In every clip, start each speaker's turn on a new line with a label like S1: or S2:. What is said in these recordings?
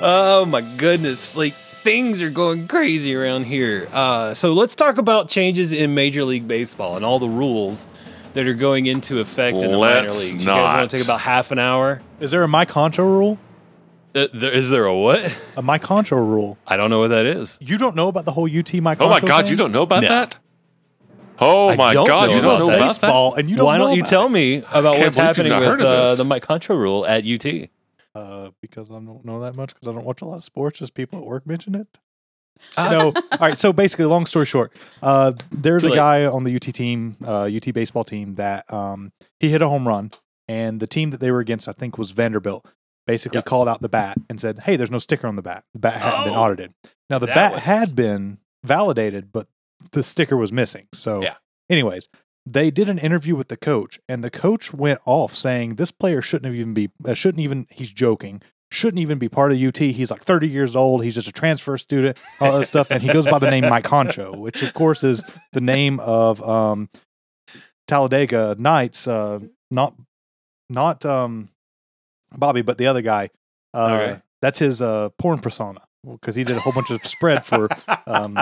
S1: Oh my goodness. Like things are going crazy around here. Uh, so let's talk about changes in Major League Baseball and all the rules that are going into effect in the minor
S2: Let's
S1: leagues. You guys want
S2: not.
S1: to take about half an hour?
S3: Is there a my contra rule?
S1: Uh, there, is there a what?
S3: A my contra rule.
S1: I don't know what that is.
S3: You don't know about the whole UT my
S2: Oh
S3: contra
S2: my God,
S3: thing?
S2: you don't know about
S1: No.
S2: that? Oh
S1: I
S2: my
S1: don't
S2: God,
S1: know
S2: you don't
S1: about
S2: know
S1: that.
S2: about that?
S3: baseball and you don't
S1: Why
S3: know
S1: don't you
S3: about
S1: tell me about
S2: can't
S1: what's
S2: believe you've
S1: happening
S2: not
S1: with
S2: heard of
S1: uh,
S2: this.
S1: the Mike Contra rule at UT?
S3: it? Uh, because I don't know that much because I don't watch a lot of sports. Just people at work mention it.
S1: Ah.
S3: no. All right. So basically, long story short, uh, there's
S1: Too
S3: a
S1: late.
S3: guy on the UT team, uh, UT baseball team, that um, he hit a home run, and the team that they were against, I think, was Vanderbilt. Basically,
S1: Yeah.
S3: called out the bat and said, "Hey, there's no sticker on the bat. The bat hadn't been
S1: Oh.
S3: audited. Now the
S1: That
S3: bat
S1: was-
S3: had been validated, but the sticker was missing. So,
S1: Yeah.
S3: anyways." They did an interview with the coach, and the coach went off saying this player shouldn't have even be uh, shouldn't even he's joking shouldn't even be part of UT. He's like 30 years old. He's just a transfer student, all that stuff. And he goes by the name Mike Honcho, which of course is the name of um, Talladega Knights, uh, not not um, Bobby, but the other guy. Uh,
S1: All right.
S3: That's his uh, porn persona because he did a whole bunch of spread for um,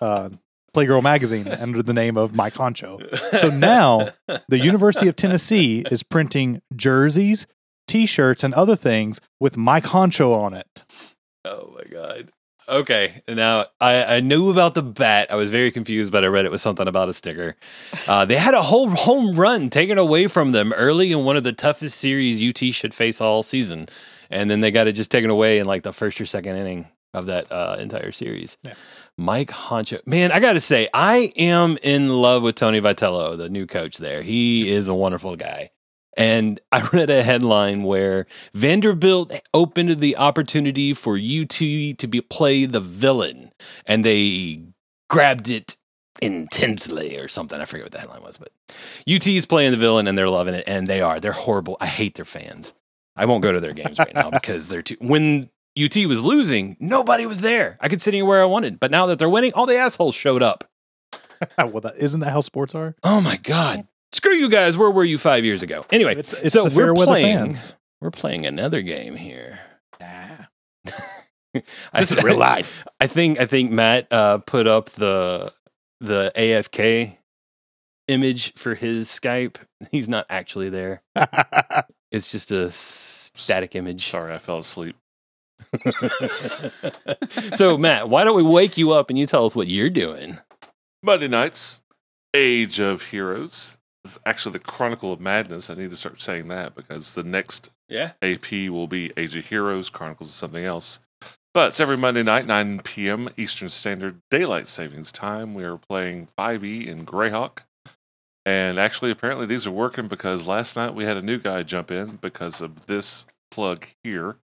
S3: uh, Playgirl magazine under the name of Mike Honcho. So now the University of Tennessee is printing jerseys, t-shirts, and other things with Mike Honcho on it.
S1: Oh my god. Okay, now I, I knew about the bat. I was very confused, but I read it was something about a sticker. Uh, they had a whole home run taken away from them early in one of the toughest series UT should face all season, and then they got it just taken away in like the first or second inning of that uh, entire series.
S3: Yeah.
S1: Mike Honcho, man, I gotta say, I am in love with Tony Vitello, the new coach there. He is a wonderful guy. And I read a headline where Vanderbilt opened the opportunity for you two to be play the villain, and they grabbed it intensely or something. I forget what the headline was, but UT is playing the villain and they're loving it, and they are. They're horrible. I hate their fans. I won't go to their games right now because they're too. When UT was losing, nobody was there. I could sit anywhere I wanted, but now that they're winning, all the assholes showed up.
S3: well, that isn't that how sports are?
S1: Oh my god! Screw you guys. Where were you five years ago? Anyway,
S3: It's, it's
S1: so
S3: the
S1: we're
S3: fair weather
S1: playing.
S3: fans.
S1: We're playing another game here.
S3: This is real life.
S1: I think I think Matt uh, put up the the AFK image for his Skype. He's not actually there. It's just a static image.
S2: Sorry, I fell asleep.
S1: so Matt, why don't we wake you up and you tell us what you're doing?
S2: Monday nights, Age of Heroes. This is actually the Chronicle of Madness. I need to start saying that because the next
S1: Yeah.
S2: AP will be Age of Heroes, Chronicles of something else. But it's every Monday night, 9 p.m. Eastern Standard Daylight Savings Time. We are playing 5e in Greyhawk. And actually, apparently, these are working because last night we had a new guy jump in because of this plug here.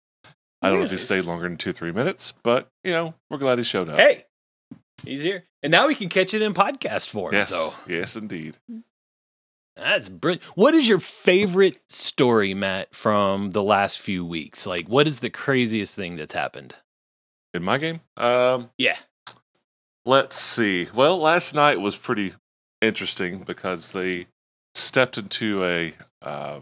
S2: I don't know if he
S1: Nice.
S2: stayed longer than two, three minutes, but, you know, we're glad he showed up.
S1: Hey, he's here, and now we can catch it in podcast form.
S2: yes,
S1: So
S2: yes, indeed.
S1: That's brilliant. What is your favorite story, Matt, from the last few weeks? Like, what is the craziest thing that's happened?
S2: In my game, um,
S1: Yeah.
S2: Let's see. Well, last night was pretty interesting because they stepped into a uh,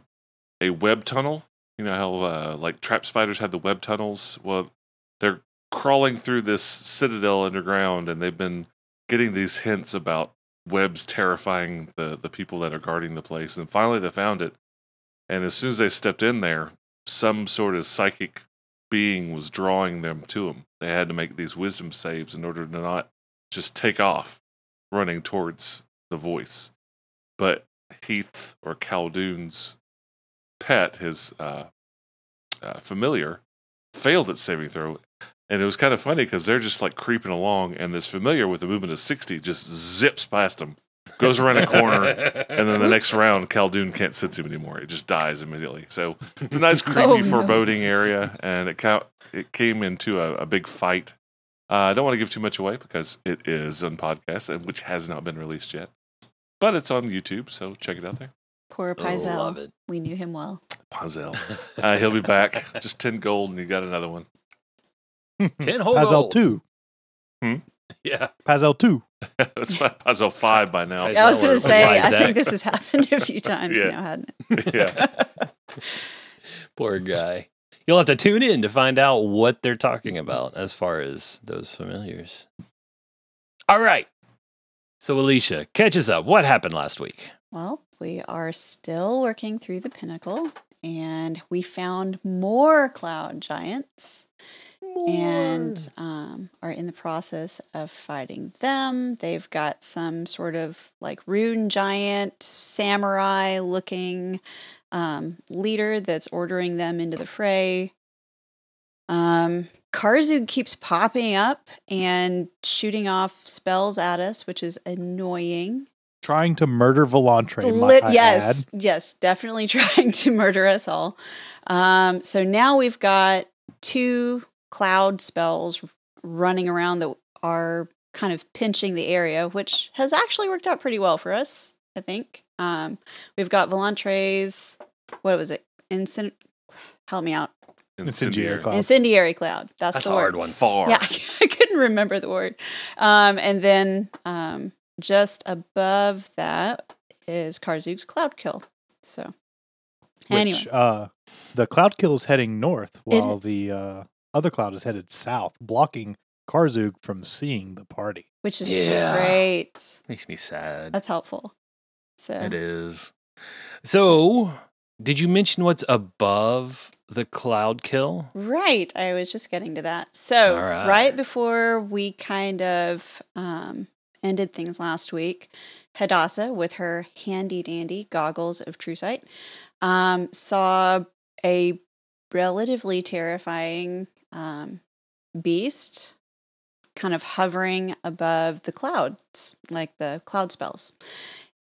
S2: a web tunnel. You know how uh, like trap spiders have the web tunnels. Well, they're crawling through this citadel underground, and they've been getting these hints about webs terrifying the the people that are guarding the place. And finally, they found it. And as soon as they stepped in there, some sort of psychic being was drawing them to him. They had to make these wisdom saves in order to not just take off running towards the voice. But Heath or Caldoun's pet, his uh, uh, familiar, failed at saving throw. And it was kind of funny because they're just like creeping along, and this familiar with a movement of 60 just zips past them, goes around a corner, and then the next round, Khaldun can't sense him anymore. It just dies immediately. So it's a nice, creepy,
S4: Oh, no.
S2: foreboding area, and it ca- it came into a, a big fight. Uh, I don't want to give too much away because it is on podcast, and which has not been released yet, but it's on YouTube. So check it out there.
S4: Poor
S1: Oh, I love
S4: Pizel.
S1: it.
S4: We knew him well.
S2: Pazel, uh, he'll be back. Just ten gold, and you got another one.
S1: Ten whole
S3: Pazel
S1: gold.
S3: two.
S1: Yeah.
S3: Pazel two.
S2: That's my Pazel five by now.
S1: Is
S4: I was
S1: that
S4: going
S1: where-
S4: to say,
S1: why is
S4: I
S1: that?
S4: think this has happened a few times
S2: Yeah.
S4: now, hadn't it?
S2: yeah,
S1: Poor guy. you'll have to tune in to find out what they're talking about as far as those familiars. All right. So Alicia, catch us up. What happened last week?
S4: Well, we are still working through the pinnacle and we found more cloud giants and um, are in the process of fighting them. They've got some sort of like rune giant, samurai looking um, leader that's ordering them into the fray. Um, Karzu keeps popping up and shooting off spells at us, which is annoying.
S3: Trying to murder Volantre.
S4: Lit-
S3: might I
S4: yes,
S3: add.
S4: yes, definitely trying to murder us all. Um, so now we've got two cloud spells running around that are kind of pinching the area, which has actually worked out pretty well for us, I think. Um, we've got Volantre's, what was it? Incen- help me out.
S3: Incendiary cloud.
S4: Incendiary cloud. That's,
S1: That's
S4: the
S1: a
S4: word.
S1: hard one.
S2: Far.
S4: Yeah, I couldn't remember the word. Um, and then um, just above that is Karzuk's Cloud Kill. So,
S3: Which,
S4: anyway,
S3: uh, the cloud kill is heading north while
S4: is.
S3: the uh, other cloud is headed south, blocking Karzug from seeing the party.
S4: which is
S1: Yeah.
S4: great.
S1: Makes me sad.
S4: That's helpful. So,
S1: It is. So, did you mention what's above the cloud kill?
S4: right. I was just getting to that. So,
S1: All right.
S4: right. before we kind of um, ended things last week, Hadassah, with her handy dandy goggles of true sight, um, saw a relatively terrifying um, beast kind of hovering above the clouds, like the cloud spells.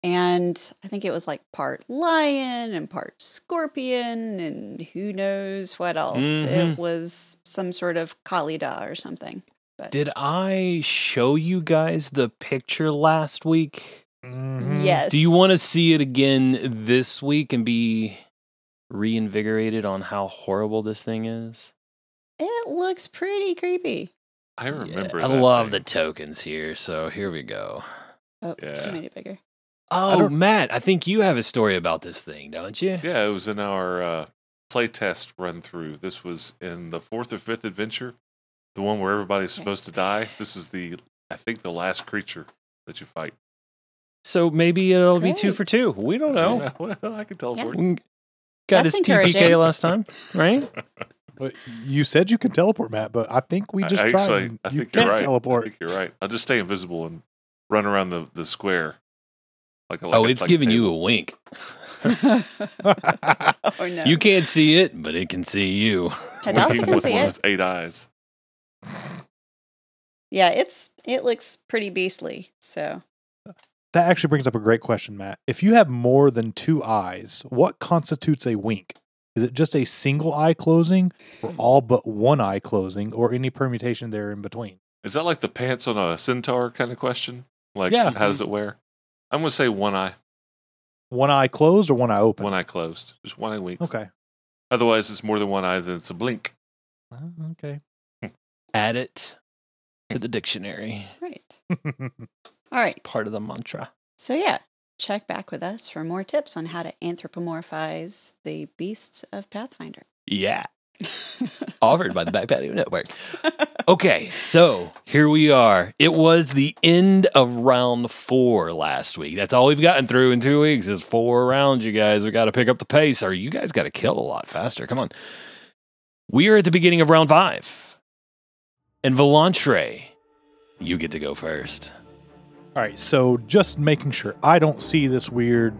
S4: And I think it was like part lion and part scorpion and who knows what else.
S1: Mhm.
S4: It was some sort of Kalida or something. But
S1: Did I show you guys the picture last week?
S3: Mm-hmm.
S4: yes.
S1: Do you want to see it again this week and be reinvigorated on how horrible this thing is?
S4: It looks pretty creepy.
S2: I remember.
S1: Yeah, I
S2: that
S1: love
S2: thing.
S1: the tokens here, so here we go.
S4: Oh,
S2: Yeah.
S4: you made it bigger.
S1: Oh,
S3: don't-
S1: Matt, I think you have a story about this thing, don't you?
S2: Yeah, it was in our uh, playtest run through. This was in the fourth or fifth adventure, the one where everybody's
S4: Okay.
S2: supposed to die. This is the, I think, the last creature that you fight.
S1: So maybe it'll be two
S4: Great.
S1: for two. We don't
S3: Oh,
S1: know.
S2: well, I can teleport.
S1: We Got
S4: That's
S1: his TPK
S4: encouraging.
S1: last time, right?
S3: But you said you can teleport, Matt, but I think we
S2: I-
S3: just
S2: I
S3: tried.
S2: actually-
S3: and
S2: I
S3: you
S2: think you're
S3: can't
S2: right. I
S3: teleport.
S2: think you're right. I'll just stay invisible and run around the, the square. Like, a- like
S1: Oh,
S2: a-
S1: it's
S2: like a
S1: giving you
S2: table.
S1: a wink.
S4: Oh no.
S1: You can't see it, but it can see you.
S4: Hadassah
S2: With-
S4: can
S2: with
S4: see
S2: one of
S4: it.
S2: its Eight eyes.
S4: Yeah, it's it looks pretty beastly. So
S3: that actually brings up a great question, Matt. If you have more than two eyes, what constitutes a wink? Is it just a single eye closing, or
S2: Hmm.
S3: all but one eye closing, or any permutation there in between?
S2: Is that like the pants on a centaur kind of question? Like,
S3: Yeah.
S2: how does it wear? I'm going to say one eye,
S3: One eye closed or one eye open?
S2: one eye closed, just one eye winks.
S3: Okay.
S2: Otherwise, it's more than one eye, then it's a blink.
S3: Uh, Okay.
S1: Add it to the dictionary.
S4: right. All right.
S1: It's part of the mantra.
S4: so yeah, check back with us for more tips on how to anthropomorphize the beasts of Pathfinder.
S1: Yeah. Offered by the Back Patio Network. Okay, so here we are. It was the end of round four last week. That's all we've gotten through in two weeks is four rounds, you guys. We got to pick up the pace, or you guys got to kill a lot faster. Come on. We are at the beginning of round five. And Volantre, you get to go first.
S3: All right. So just making sure I don't see this weird.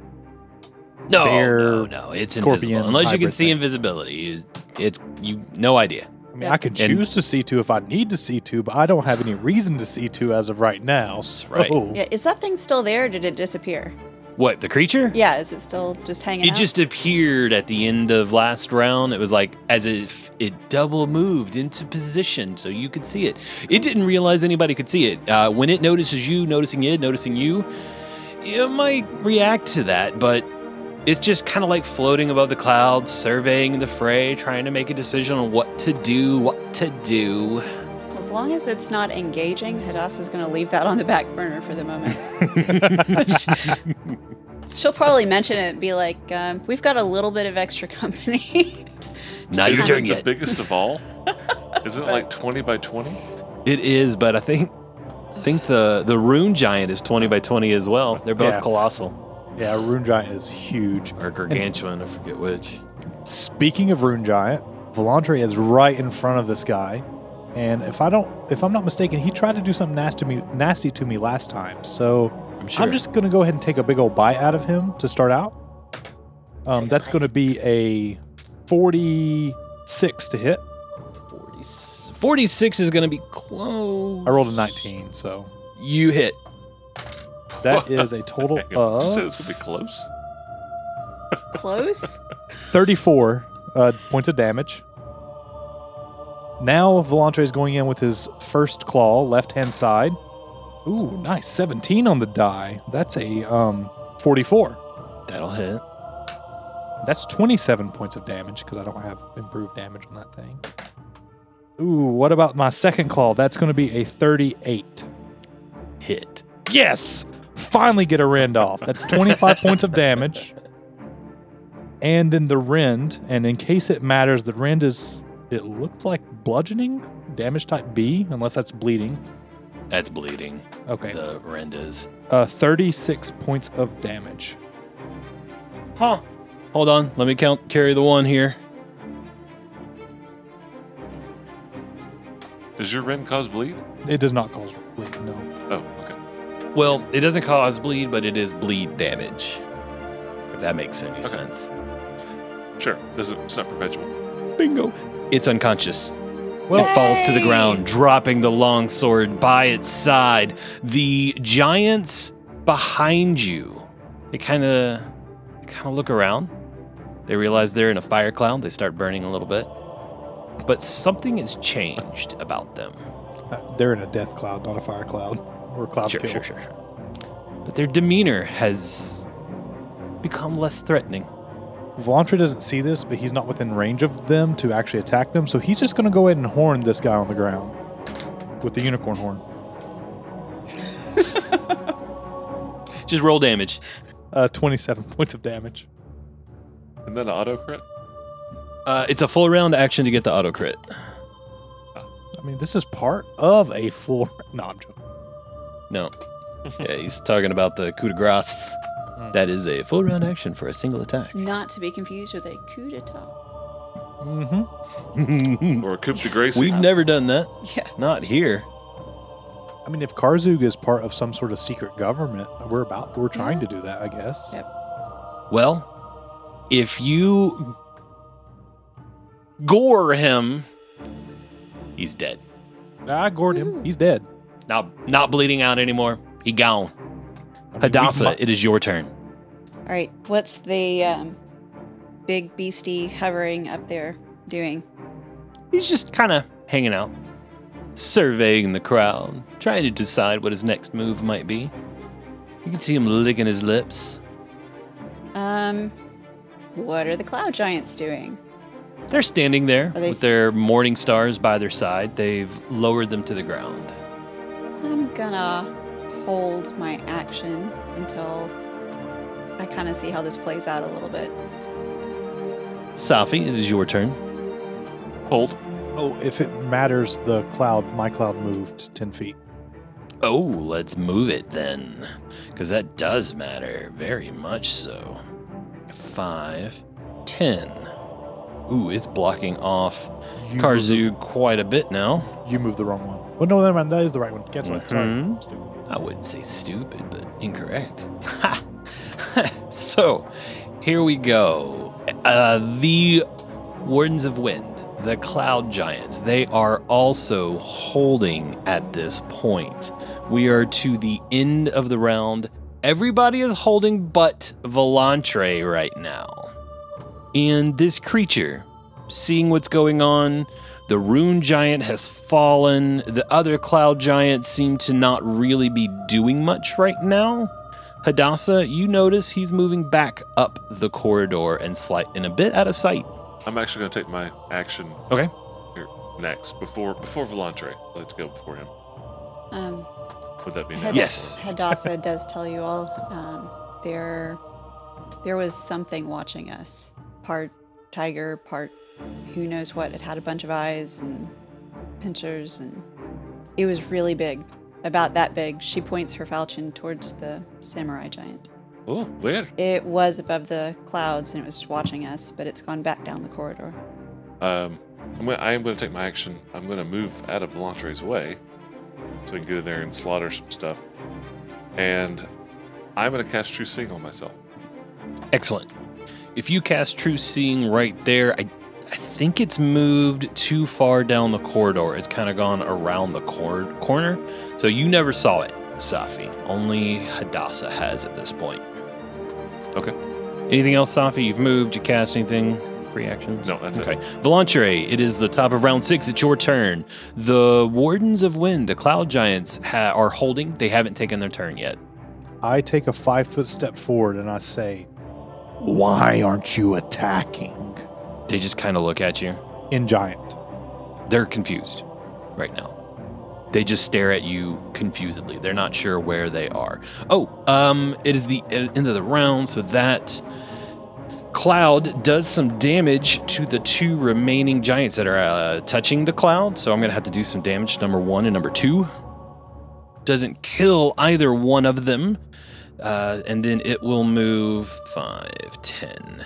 S1: No,
S3: Bear,
S1: no, no. It's
S3: scorpion
S1: invisible. Unless you can
S3: hybrid
S1: see
S3: thing.
S1: invisibility, it's you. No idea.
S3: I mean, I can choose to see two if I need to see two, but I don't have any reason to see two as of right now. So
S1: right.
S4: Yeah, is that thing still there or did it disappear?
S1: What the creature?
S4: Yeah, is it still just hanging
S1: It
S4: out?
S1: just appeared at the end of last round. It was like as if it double moved into position so you could see it. It didn't realize anybody could see it. Uh, when it notices you, noticing it, noticing you, it might react to that, but it's just kind of like floating above the clouds, surveying the fray, trying to make a decision on what to do, what to do.
S4: as long as it's not engaging, Hadassah's is gonna leave that on the back burner for the moment. She'll probably mention it and be like, um, we've got a little bit of extra company.
S1: Not your
S2: Isn't
S1: turn
S2: it
S1: yet.
S2: The biggest of all. Isn't it like twenty by twenty?
S1: It is, but I think think the the rune giant is twenty by twenty as well. They're both
S3: Yeah.
S1: colossal
S3: Yeah, Rune Giant is huge.
S1: or gargantuan. I forget which.
S3: Speaking of Rune Giant, Volantre is right in front of this guy. And if I don't if I'm not mistaken, he tried to do something nasty to me nasty to me last time. So
S1: I'm sure.
S3: I'm just gonna go ahead and take a big old bite out of him to start out. Um, that's gonna be a forty-six to hit.
S1: 40, 46 is going to be close.
S3: I rolled a nineteen, so
S1: You hit.
S3: that is a total
S2: Hang on. Did you say
S3: of
S2: this would be close?
S4: Close.
S3: thirty-four uh, points of damage. Now Volantre is going in with his first claw, left-hand side. Ooh, nice seventeen on the die. That's a um, forty-four.
S1: That'll hit.
S3: That's 27 points of damage because I don't have improved damage on that thing. Ooh, what about my second claw? That's going to be a 38.
S1: Hit.
S3: Yes! Finally get a rend off. That's 25 points of damage. And then the rend, and in case it matters, the rend is, it looks like bludgeoning, damage type B, unless that's bleeding.
S1: That's bleeding.
S3: Okay.
S1: The Rendas.
S3: Uh, 36 points of damage.
S1: Huh. Hold on. Let me count. Carry the one here.
S2: Does your Ren cause bleed?
S3: It does not cause bleeding, no.
S2: Oh, okay.
S1: Well, it doesn't cause bleed, but it is bleed damage. If that makes any
S2: Okay.
S1: sense.
S2: Sure. Doesn't it's not perpetual.
S1: Bingo. It's unconscious.
S3: Well-
S1: it falls to the
S4: Yay!
S1: ground, dropping the long sword by its side. The giants behind you. They kind of kind of look around. They realize they're in a fire cloud. They start burning a little bit. But something has changed about them.
S3: Uh, they're in a death cloud, not a fire cloud or a cloud
S1: Sure,
S3: kill.
S1: sure, sure, sure. But their demeanor has become less threatening.
S3: Volantre doesn't see this, but he's not within range of them to actually attack them, so he's just going to go ahead and horn this guy on the ground with the unicorn horn.
S1: Just roll damage.
S3: Uh, 27 points of damage.
S2: And then auto crit.
S1: Uh, it's a full round action to get the auto crit.
S3: I mean, this is part of a full. No, I'm joking.
S1: No. yeah, he's talking about the coup de grace. That is a full round action for a single attack.
S4: Not to be confused with a coup d'etat.
S3: Mm-hmm.
S1: We've
S2: Or a coup de grace.
S1: never done that.
S4: Yeah.
S1: Not here.
S3: I mean, if Karzug is part of some sort of secret government, we're about we're trying to do that, I guess.
S4: Yep.
S1: Well, if you gore him, he's dead.
S3: Nah, I gored him. He's dead.
S1: Not not bleeding out anymore. He gone.
S3: I mean, we
S1: Hadassah,
S3: might-
S1: it is your turn.
S4: All right. What's the um, big beastie hovering up there doing?
S1: He's just kind of hanging out, surveying the crowd, trying to decide what his next move might be. You can see him licking his lips.
S4: Um, what are the cloud giants doing?
S1: They're standing there
S4: Are they
S1: with
S4: s-
S1: their morning stars by their side. They've lowered them to the ground.
S4: I'm gonna hold my action until I kind of see how this plays out a little bit.
S1: Safi, it is your turn.
S2: Hold.
S3: oh, if it matters, the cloud, my cloud moved 10 feet.
S1: Oh, let's move it then. Because that does matter. Very much so. Five, ten. Ooh, it's blocking off
S3: You
S1: Karzu quite a bit now.
S3: You moved the wrong one. Well, no, never mind. That is the right one. Cancel it. Sorry.
S1: Mhm.
S3: Stupid.
S1: I wouldn't say stupid, but incorrect. so, here we go. Uh, the Wardens of Wind, the Cloud Giants, they are also holding at this point. We are to the end of the round. Everybody is holding but Volantre right now. And this creature, seeing what's going on, the rune giant has fallen. The other cloud giants seem to not really be doing much right now. Hadassah, you notice he's moving back up the corridor and slight and a bit out of sight.
S2: I'm actually gonna take my action
S1: Okay.
S2: here next before before Volantre. Let's go before him.
S4: Um,
S2: Would that be
S4: Had-
S2: next?
S1: Yes.
S4: Hadassah does tell you all um, there there was something watching us, part tiger, part who knows what. It had a bunch of eyes and pincers, and it was really big. About that big. She points her falchion towards the samurai giant.
S2: Oh, where?
S4: It was above the clouds and it was watching us, but it's gone back down the corridor.
S2: Um, I'm gonna, I am going to take my action. I'm going to move out of Lantre's way so we can get in there and slaughter some stuff. And I'm going to cast True Seeing on myself.
S1: Excellent. If you cast True Seeing right there, I, I think it's moved too far down the corridor. It's kind of gone around the cor- corner. So you never saw it, Safi. Only Hadassah has at this point.
S2: Okay.
S1: Anything else, Safi? You've moved, you cast anything? Free actions?
S2: No, that's
S1: okay. Volantre, it is the top of round six. It's your turn. The Wardens of Wind, the Cloud Giants, ha- are holding. They haven't taken their turn yet.
S3: I take a five foot step forward and I say, Why aren't you attacking?
S1: They just kind of look at you.
S3: In giant.
S1: They're confused right now. They just stare at you confusedly. They're not sure where they are. Oh, um, it is the e- end of the round, so that cloud does some damage to the two remaining giants that are uh, touching the cloud. So I'm gonna have to do some damage to number one and number two. Doesn't kill either one of them. Uh, and then it will move 5, 10.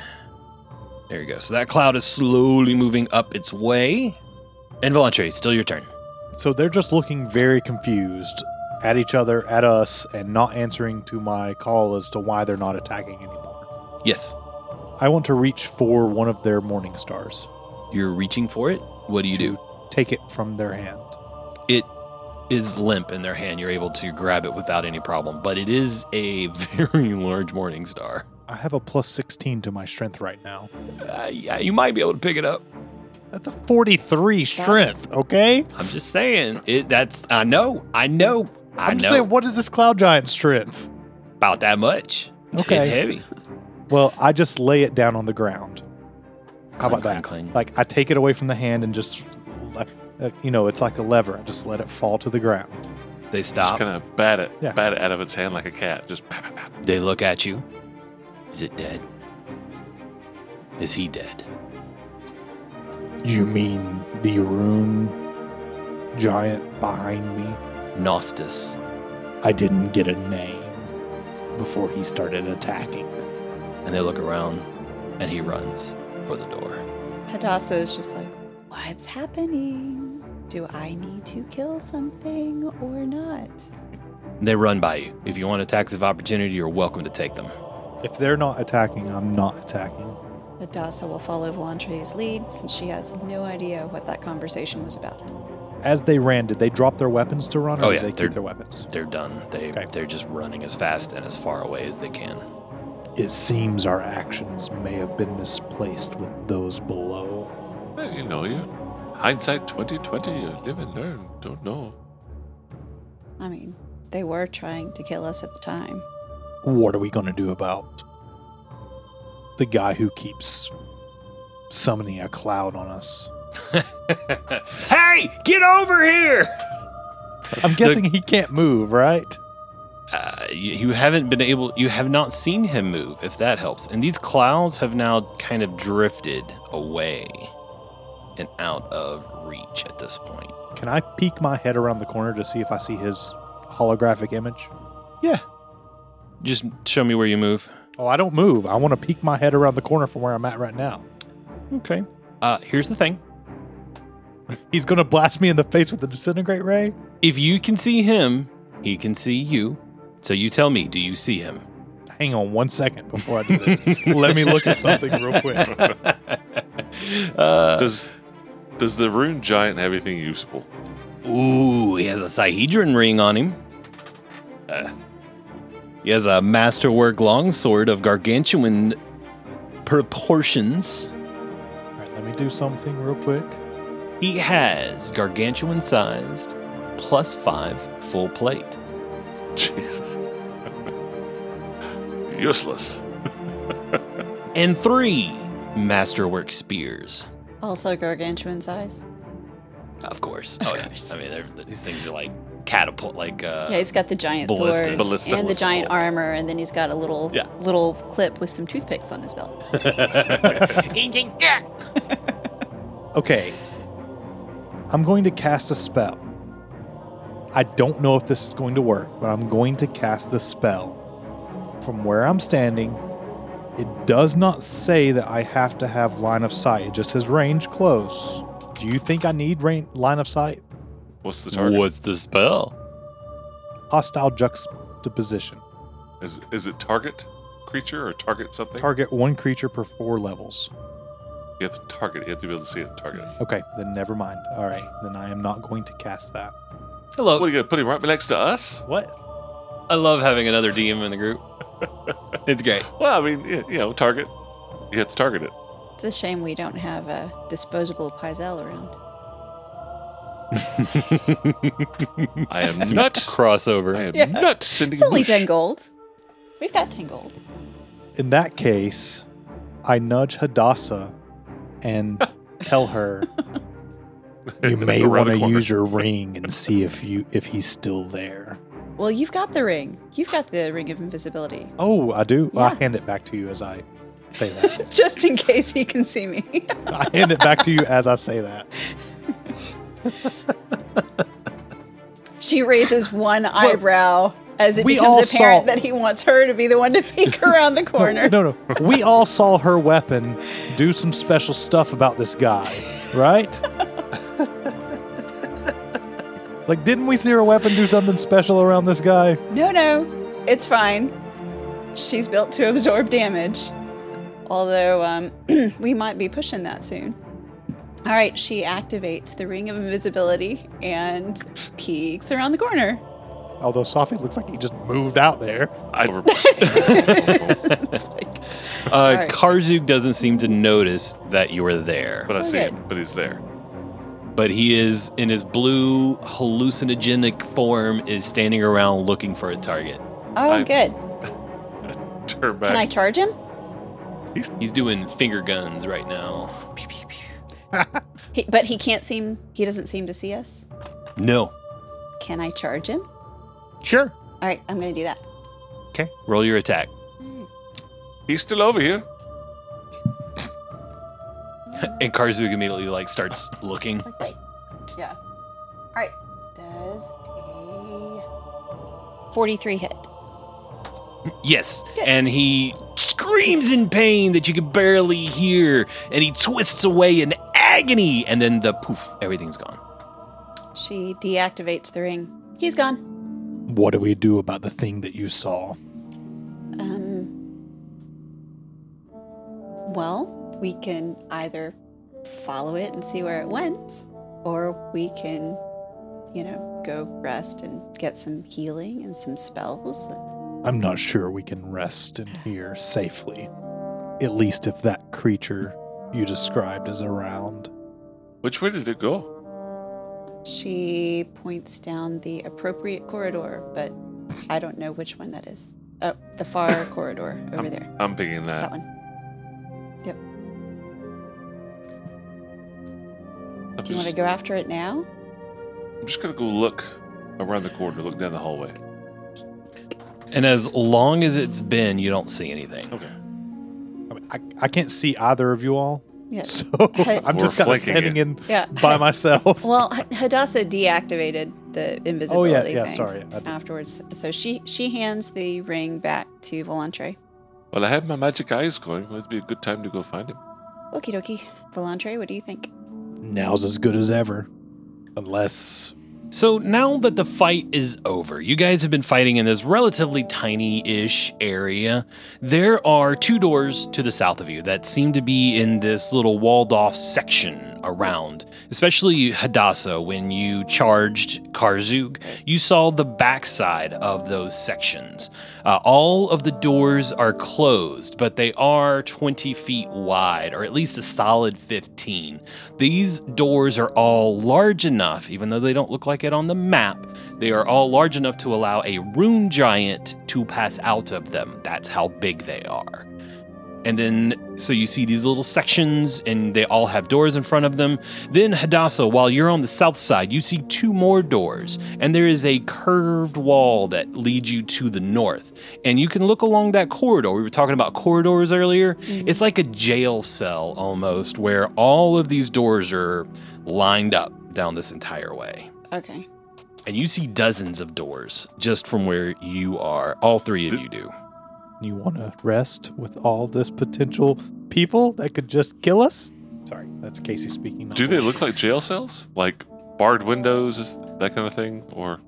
S1: There you go. So that cloud is slowly moving up its way. And Volantre, still your turn.
S3: So they're just looking very confused at each other, at us, and not answering to my call as to why they're not attacking anymore.
S1: Yes.
S3: I want to reach for one of their morning stars.
S1: You're reaching for it. What do you do?
S3: Take it from their hand.
S1: It is limp in their hand. You're able to grab it without any problem, but it is a very large morning star.
S3: I have a plus 16 to my strength right now.
S1: Uh, yeah, you might be able to pick it up.
S3: That's a 43 strength, okay?
S1: I'm just saying. It that's I know. I know. I
S3: I'm
S1: know
S3: just saying, what is this cloud giant strength?
S1: about that much.
S3: Okay.
S1: It's heavy.
S3: Well, I just lay it down on the ground. How
S1: Clang,
S3: about
S1: clang,
S3: that?
S1: clang.
S3: Like, I take it away from the hand and just, like, uh, you know, it's like a lever. I just let it fall to the ground.
S1: They
S2: Just
S1: stop.
S2: kind of bat it,
S3: Yeah.
S2: bat it out of its hand like a cat. Just pat, pat, pat.
S1: They look at you. Is it dead? Is he dead?
S3: You mean the rune giant behind me?
S1: Nostus.
S3: I didn't get a name before he started attacking.
S1: And they look around and he runs for the door.
S4: Hadassah is just like, What's happening? Do I need to kill something or not?
S1: They run by you. If you want attacks of opportunity, you're welcome to take them.
S3: If they're not attacking, I'm not attacking.
S4: Hadassah will follow Volantre's lead since she has no idea what that conversation was about.
S3: As they ran, did they drop their weapons to run or
S1: Oh,
S3: did
S1: yeah,
S3: they
S1: they're-
S3: keep their weapons?
S1: They're done. They
S3: Okay.
S1: they're just running as fast and as far away as they can.
S3: It seems our actions may have been misplaced with those below.
S2: Well, you know, you hindsight 2020, you live and learn. Don't know.
S4: I mean, they were trying to kill us at the time.
S3: What are we going to do about the guy who keeps summoning a cloud on us?
S1: hey, get over here!
S3: I'm guessing he can't move, right?
S1: Uh, you, you haven't been able. You have not seen him move. If that helps. And these clouds have now kind of drifted away and out of reach at this point.
S3: Can I peek my head around the corner to see if I see his holographic image?
S1: Just show me where you move.
S3: Oh, I don't move. I want to peek my head around the corner from where I'm at right now.
S1: Okay. Uh, here's the thing.
S3: He's going to blast me in the face with the disintegrate ray?
S1: If you can see him, he can see you. So you tell me, do you see him?
S3: Hang on one second before I do this. Let me look at something real quick.
S1: Uh,
S2: Does does the rune giant have anything useful?
S1: ooh, he has a Sihedron ring on him. Uh, he has a masterwork longsword of gargantuan proportions.
S3: All right, let me do something real quick.
S1: He has gargantuan sized plus five full plate.
S2: Jesus. Useless.
S1: And three masterwork spears.
S4: Also, gargantuan size.
S1: Of course.
S4: Of
S1: oh, yeah.
S4: course.
S1: I mean, they're- these things are like catapult, like. Uh,
S4: yeah, he's got the giant
S1: ballista-
S4: sword
S2: ballista-
S4: and the
S2: ballista
S4: giant
S2: bolts.
S4: armor, and then he's got a little
S1: Yeah.
S4: little clip with some toothpicks on his belt.
S3: okay, I'm going to cast a spell. I don't know if this is going to work, but I'm going to cast the spell. From where I'm standing, it does not say that I have to have line of sight. It just says range close. Do you think I need rain, line of sight?
S2: What's the target?
S1: What's the spell?
S3: Hostile juxtaposition.
S2: Is is it target creature or target something?
S3: Target one creature per four levels.
S2: you have to target. You have to be able to see it. Target.
S3: Okay, then never mind. All right, then I am not going to cast that.
S1: Hello.
S2: What are you gonna put him right next to us?
S3: What?
S1: I love having another DM in the group. It's great.
S2: Well, I mean, y- you know, target. You have to target it.
S4: It's a shame we don't have a disposable Pizel around.
S2: I am
S1: It's
S2: not. I
S1: crossover.
S2: am
S4: Yeah.
S2: not sending.
S4: It's only
S2: whoosh.
S4: 10 gold. We've got 10 gold.
S3: In that case, I nudge Hadassah and tell her you may
S2: Around
S3: want
S2: the
S3: to
S2: corner.
S3: use your ring and see if you if he's still there.
S4: Well, you've got the ring. You've got the ring of invisibility.
S3: Oh, I do. I
S4: Yeah.
S3: hand it back to you as I say that.
S4: Just in case he can see me.
S3: I hand it back to you as I say that.
S4: she raises one eyebrow as it
S3: we all
S4: becomes apparent
S3: saw-
S4: that he wants her to be the one to peek around the corner.
S3: No, no. We all saw her weapon do some special stuff about this guy, right? like, didn't we see her weapon do something special around this guy?
S4: No, no, it's fine. She's built to absorb damage. Although um, we might be pushing that soon. All right, she activates the ring of invisibility and peeks around the corner.
S3: Although Sophie looks like he just moved out there.
S2: I overplayed.
S4: It's like,
S1: Uh,
S4: right.
S1: Karzuk doesn't seem to notice that you are there,
S2: but I see
S4: Okay.
S2: him. But he's there.
S1: but he is in his blue hallucinogenic form, is standing around looking for a target.
S4: oh,
S2: I-
S4: good.
S2: Turn
S4: Can I
S2: back.
S4: charge him?
S1: He's doing finger guns right now. Pew, pew, pew.
S4: He, but he can't seem. He doesn't seem to see us.
S1: No.
S4: Can I charge him?
S1: Sure.
S4: All right, I'm gonna do that.
S1: Okay. Roll your attack.
S2: He's still over here.
S1: And Karzuk immediately like starts looking.
S4: Like, wait. Yeah. All right. Does a 43 hit?
S1: Yes.
S4: Good.
S1: And he screams in pain that you can barely hear. And he twists away in agony. And then the poof, everything's gone.
S4: She deactivates the ring. He's gone.
S3: What do we do about the thing that you saw?
S4: Um. Well, we can either follow it and see where it went, or we can, you know, go rest and get some healing and some spells.
S3: I'm not sure we can rest in here safely. At least if that creature you described is around.
S2: Which way did it go?
S4: She points down the appropriate corridor, but I don't know which one that is. Oh, the far corridor over there.
S2: I'm picking
S4: That
S2: that.
S4: one.
S2: I'm
S4: Do you want
S2: just,
S4: to go after it now?
S2: I'm just gonna go look around the corner. Look down the hallway.
S1: And as long as it's been, you don't see anything.
S2: Okay.
S3: I, mean, I, I can't see either of you all,
S4: Yes.
S3: so I'm just
S2: We're
S3: kind of
S2: flanking
S3: standing in
S4: Yeah.
S3: by myself.
S4: Well, H- Hadassah deactivated the
S3: oh
S4: invisibility.
S3: yeah, yeah.
S4: thing
S3: Sorry, I did.
S4: Afterwards, so she she hands the ring back to Volantre.
S2: Well, I have my magic eyes going. Well, it'd be a good time to go find him.
S4: Okie dokie, Volantre, what do you think?
S3: now's as good as ever, unless
S1: So now that the fight is over, you guys have been fighting in this relatively tiny ish area. There are two doors to the south of you that seem to be in this little walled off section around, especially Hadassah. When you charged Karzug, you saw the backside of those sections. Uh, all of the doors are closed, but they are 20 feet wide, or at least a solid 15. These doors are all large enough, even though they don't look like it on the map, they are all large enough to allow a rune giant to pass out of them. That's how big they are. And then, so you see these little sections, and they all have doors in front of them. Then, Hadassah, while you're on the south side, you see two more doors, and there is a curved wall that leads you to the north. And you can look along that corridor. We were talking about corridors earlier. It's like a jail cell almost, where all of these doors are lined up down this entire way.
S4: Okay.
S1: And you see dozens of doors just from where you are. All three of
S2: Th-
S1: you do.
S3: You want to rest with all this potential people that could just kill us? Sorry, that's Casey speaking. not
S2: Do they
S3: me.
S2: look like jail cells? Like barred windows, that kind of thing? Or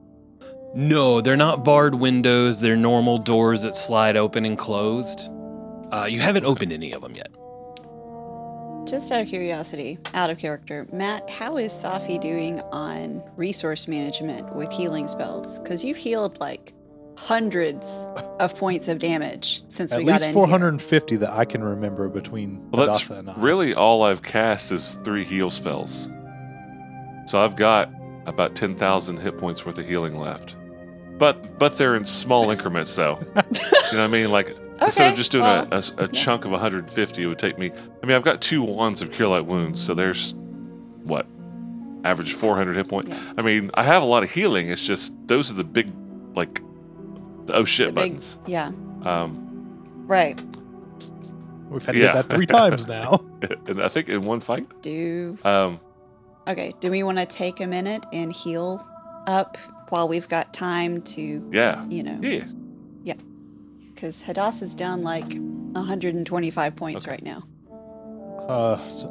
S1: No, they're not barred windows. They're normal doors that slide open and closed. Uh, you haven't opened any of them yet.
S4: Just out of curiosity, out of character, Matt, how is Safi doing on resource management with healing spells? Because you've healed like hundreds of points of damage since
S3: At
S4: we got
S3: least
S4: in
S3: 450 that I can remember between
S2: well, that's
S3: Hadassah and I.
S2: really all I've cast is three heal spells. So I've got about ten thousand hit points worth of healing left. But but they're in small increments though. you know what I mean? Like instead
S4: Okay,
S2: of just doing
S4: well,
S2: a, a s- a chunk of 150, it would take me. I mean, I've got two wands of cure light wounds, so there's what average 400 hit point.
S4: Yeah.
S2: I mean, I have a lot of healing. It's just those are the big like the oh shit
S4: The big-
S2: buttons.
S4: Yeah,
S2: Um,
S4: right.
S3: We've had to
S2: Yeah.
S3: get that three times now.
S2: and I think in one fight.
S4: Do
S2: Um,
S4: okay. Do we want to take a minute and heal up while we've got time to,
S2: yeah,
S4: you know,
S2: yeah.
S4: because Hadass is down like 125 points
S2: Okay.
S4: right now.
S3: Uh, S-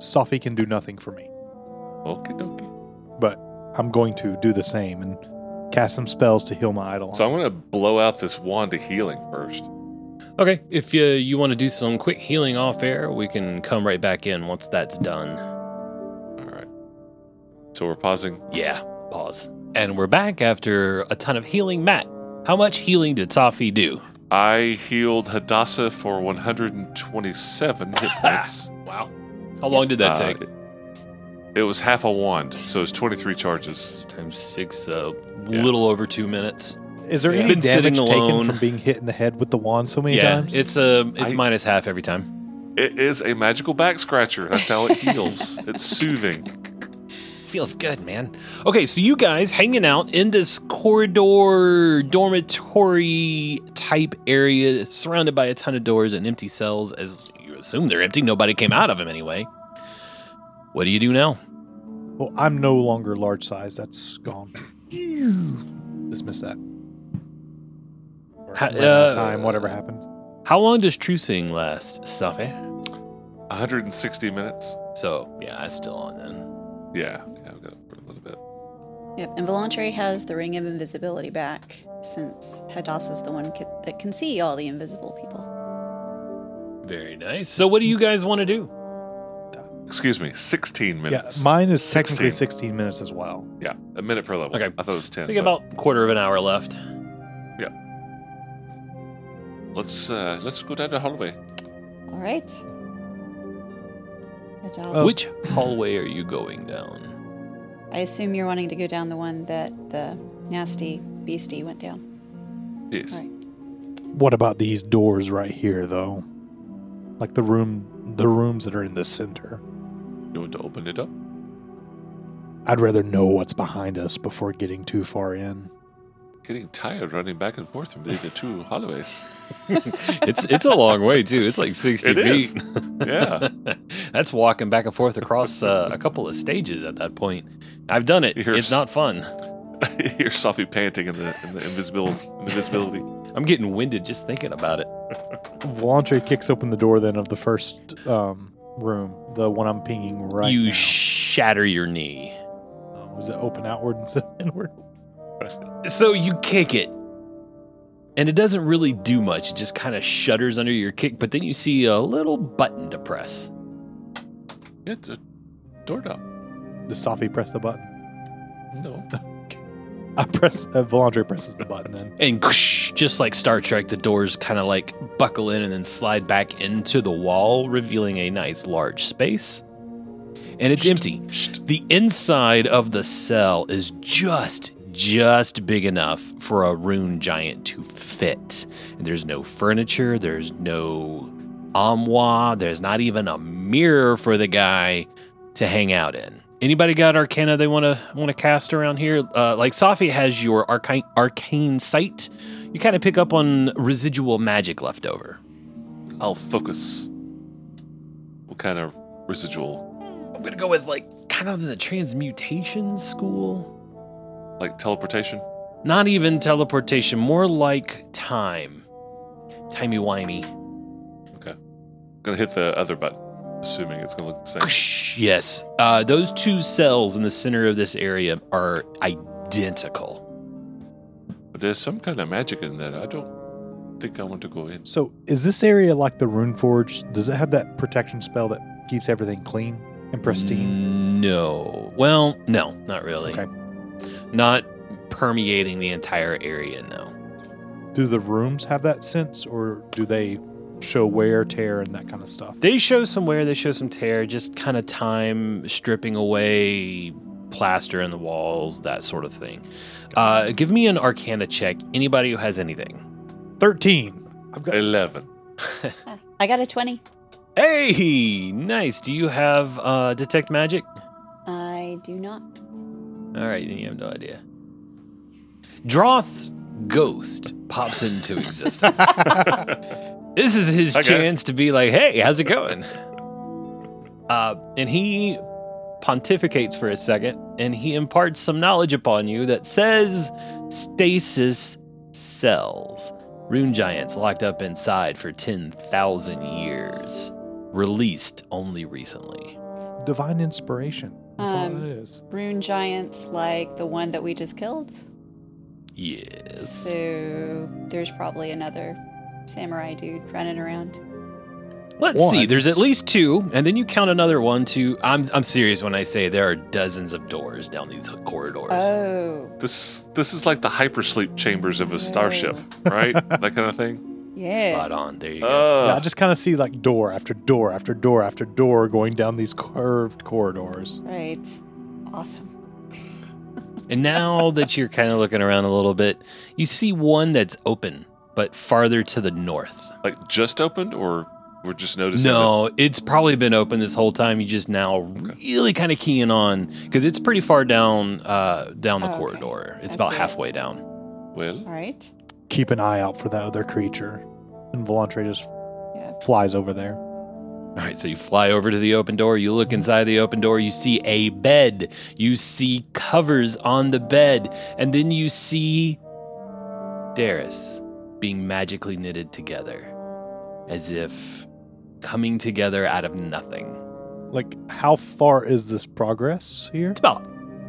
S3: Safi can do nothing for me,
S2: Okay, dokie.
S3: but I'm going to do the same and cast some spells to heal my idol.
S2: So I'm gonna blow out this wand of healing first.
S1: Okay, if you, you want to do some quick healing off air, we can come right back in once that's done.
S2: All right. So we're pausing.
S1: Yeah, pause. And we're back after a ton of healing. Matt, how much healing did Safi do?
S2: I healed Hadassah for 127 hit points.
S1: Wow. How long did that
S2: Uh,
S1: take?
S2: It, it was half a wand, so it's 23 charges.
S1: Times six, a
S2: Yeah.
S1: little over two minutes.
S3: Is there
S2: Yeah.
S3: any
S1: Been sitting
S3: damage
S1: alone.
S3: taken from being hit in the head with the wand so many
S1: yeah,
S3: times?
S1: it's a it's
S2: I-
S1: minus half every time.
S2: It is a magical back scratcher. That's how it heals. it's soothing.
S1: Feels good, man. Okay, so you guys hanging out in this corridor dormitory type area, surrounded by a ton of doors and empty cells. As you assume they're empty, nobody came out of them anyway. What do you do now?
S3: Well, I'm no longer large size. That's gone. Dismiss that. Or
S1: Ha-
S3: around
S1: uh,
S3: the time, whatever happened.
S1: How long does true seeing last, Safi?
S2: 160 minutes.
S1: So yeah, it's still on then.
S2: Yeah, yeah, I've got it for a little bit.
S4: Yep, and Volantre has the Ring of Invisibility back since Hadass is the one ca- that can see all the invisible people.
S1: Very nice. So what do you guys want to do?
S2: Excuse me, 16
S3: Yeah,
S2: minutes.
S3: mine is technically
S2: 16.
S3: 16 minutes as well.
S2: Yeah, a minute per level.
S1: Okay.
S2: I thought it was ten.
S1: Take
S2: but
S1: about quarter of an hour left.
S2: let's uh, let's go down the hallway.
S4: All right. Hadass,
S1: Which hallway are you going down?
S4: I assume you're wanting to go down the one that the nasty beastie went down.
S2: Yes.
S4: All right.
S3: What about these doors right here, though? Like the room, the rooms that are in the center.
S2: You want to open it up?
S3: I'd rather know what's behind us before getting too far in.
S2: Getting tired running back and forth from the the two hallways.
S1: it's it's a long way too. It's like sixty
S2: It is.
S1: feet.
S2: Yeah.
S1: That's walking back and forth across uh, a couple of stages at that point. I've done it.
S2: Here's-
S1: It's not fun.
S2: you hear Sophie panting in the in the invisible in the visibility.
S1: I'm getting winded just thinking about it.
S3: Volantre kicks open the door then of the first um, room, the one I'm pinging right
S1: you
S3: now.
S1: shatter your knee.
S3: Um, was it open outward instead of inward?
S1: So you kick it. And it doesn't really do much. It just kind of shudders under your kick, but then you see a little button to press.
S2: It's a doorknob.
S3: Does Safi press the button?
S2: No.
S3: I press. Uh, Volantre presses the button then.
S1: And just like Star Trek, the doors kind of like buckle in and then slide back into the wall, revealing a nice large space. And it's empty.
S2: Sht.
S1: The inside of the cell is just, just big enough for a rune giant to fit. And there's no furniture, there's no Amwa. There's not even a mirror for the guy to hang out in. Anybody got Arcana they want to want to cast around here? Uh, like Safi has your arcane arcane sight. You kind of pick up on residual magic left over.
S2: I'll focus. What kind of residual?
S1: I'm gonna go with like kind of the transmutation school.
S2: Like teleportation?
S1: Not even teleportation, more like time. Timey wimey.
S2: Gonna hit the other button, assuming it's gonna look the same.
S1: Yes. Uh, those two cells in the center of this area are identical.
S2: But there's some kind of magic in that. I don't think I want to go in.
S3: So is this area like the Rune Forge? Does it have that protection spell that keeps everything clean and
S1: Mm,
S3: pristine?
S1: No. Well, no, not really.
S3: Okay.
S1: Not permeating the entire area, no.
S3: Do the rooms have that sense, or do they show wear, tear, and that kind of stuff?
S1: They show some wear, they show some tear, just kind of time stripping away plaster in the walls, that sort of thing. Uh, give me an arcana check, anybody who has anything.
S3: Thirteen. I've got.
S2: 11.
S4: I got a 20.
S1: Hey, nice. Do you have uh, detect magic?
S4: I do not.
S1: All right, then you have no idea. Droth's ghost pops into existence. this is his
S2: Hi, guys.
S1: chance to be like, "Hey, how's it going?" Uh, and he pontificates for a second, and he imparts some knowledge upon you that says stasis cells, rune giants locked up inside for ten thousand years, released only recently.
S3: Divine inspiration. That's all
S4: Um,
S3: it is.
S4: Rune giants like the one that we just killed.
S1: Yes.
S4: So there's probably another samurai dude running around.
S1: Let's see. There's at
S3: Once.
S1: least two, and then you count another one. To I'm I'm serious when I say there are dozens of doors down these corridors.
S4: Oh,
S2: This this is like the hypersleep chambers of a starship, right? that kind of thing.
S4: yeah.
S1: Spot on. There you go.
S3: Yeah, I
S2: Uh,
S3: just kind of see like door after door after door after door going down these curved corridors.
S4: Right. Awesome.
S1: And now that you're kind of looking around a little bit, you see one that's open, but farther to the north.
S2: like just opened, or we're just noticing?
S1: No, it's probably been open this whole time. You just now really kind of keying on because it's pretty far down uh, down the
S4: Oh, Okay.
S1: corridor. It's
S4: I
S1: about
S4: see it.
S1: halfway down.
S2: that- Well,
S4: All right.
S3: Keep an eye out for that other creature. And Volantre just
S4: Yeah.
S3: flies over there.
S1: All right, so you fly over to the open door, you look inside the open door, you see a bed, you see covers on the bed, and then you see Darius being magically knitted together as if coming together out of nothing.
S3: Like, how far is this progress here?
S1: It's about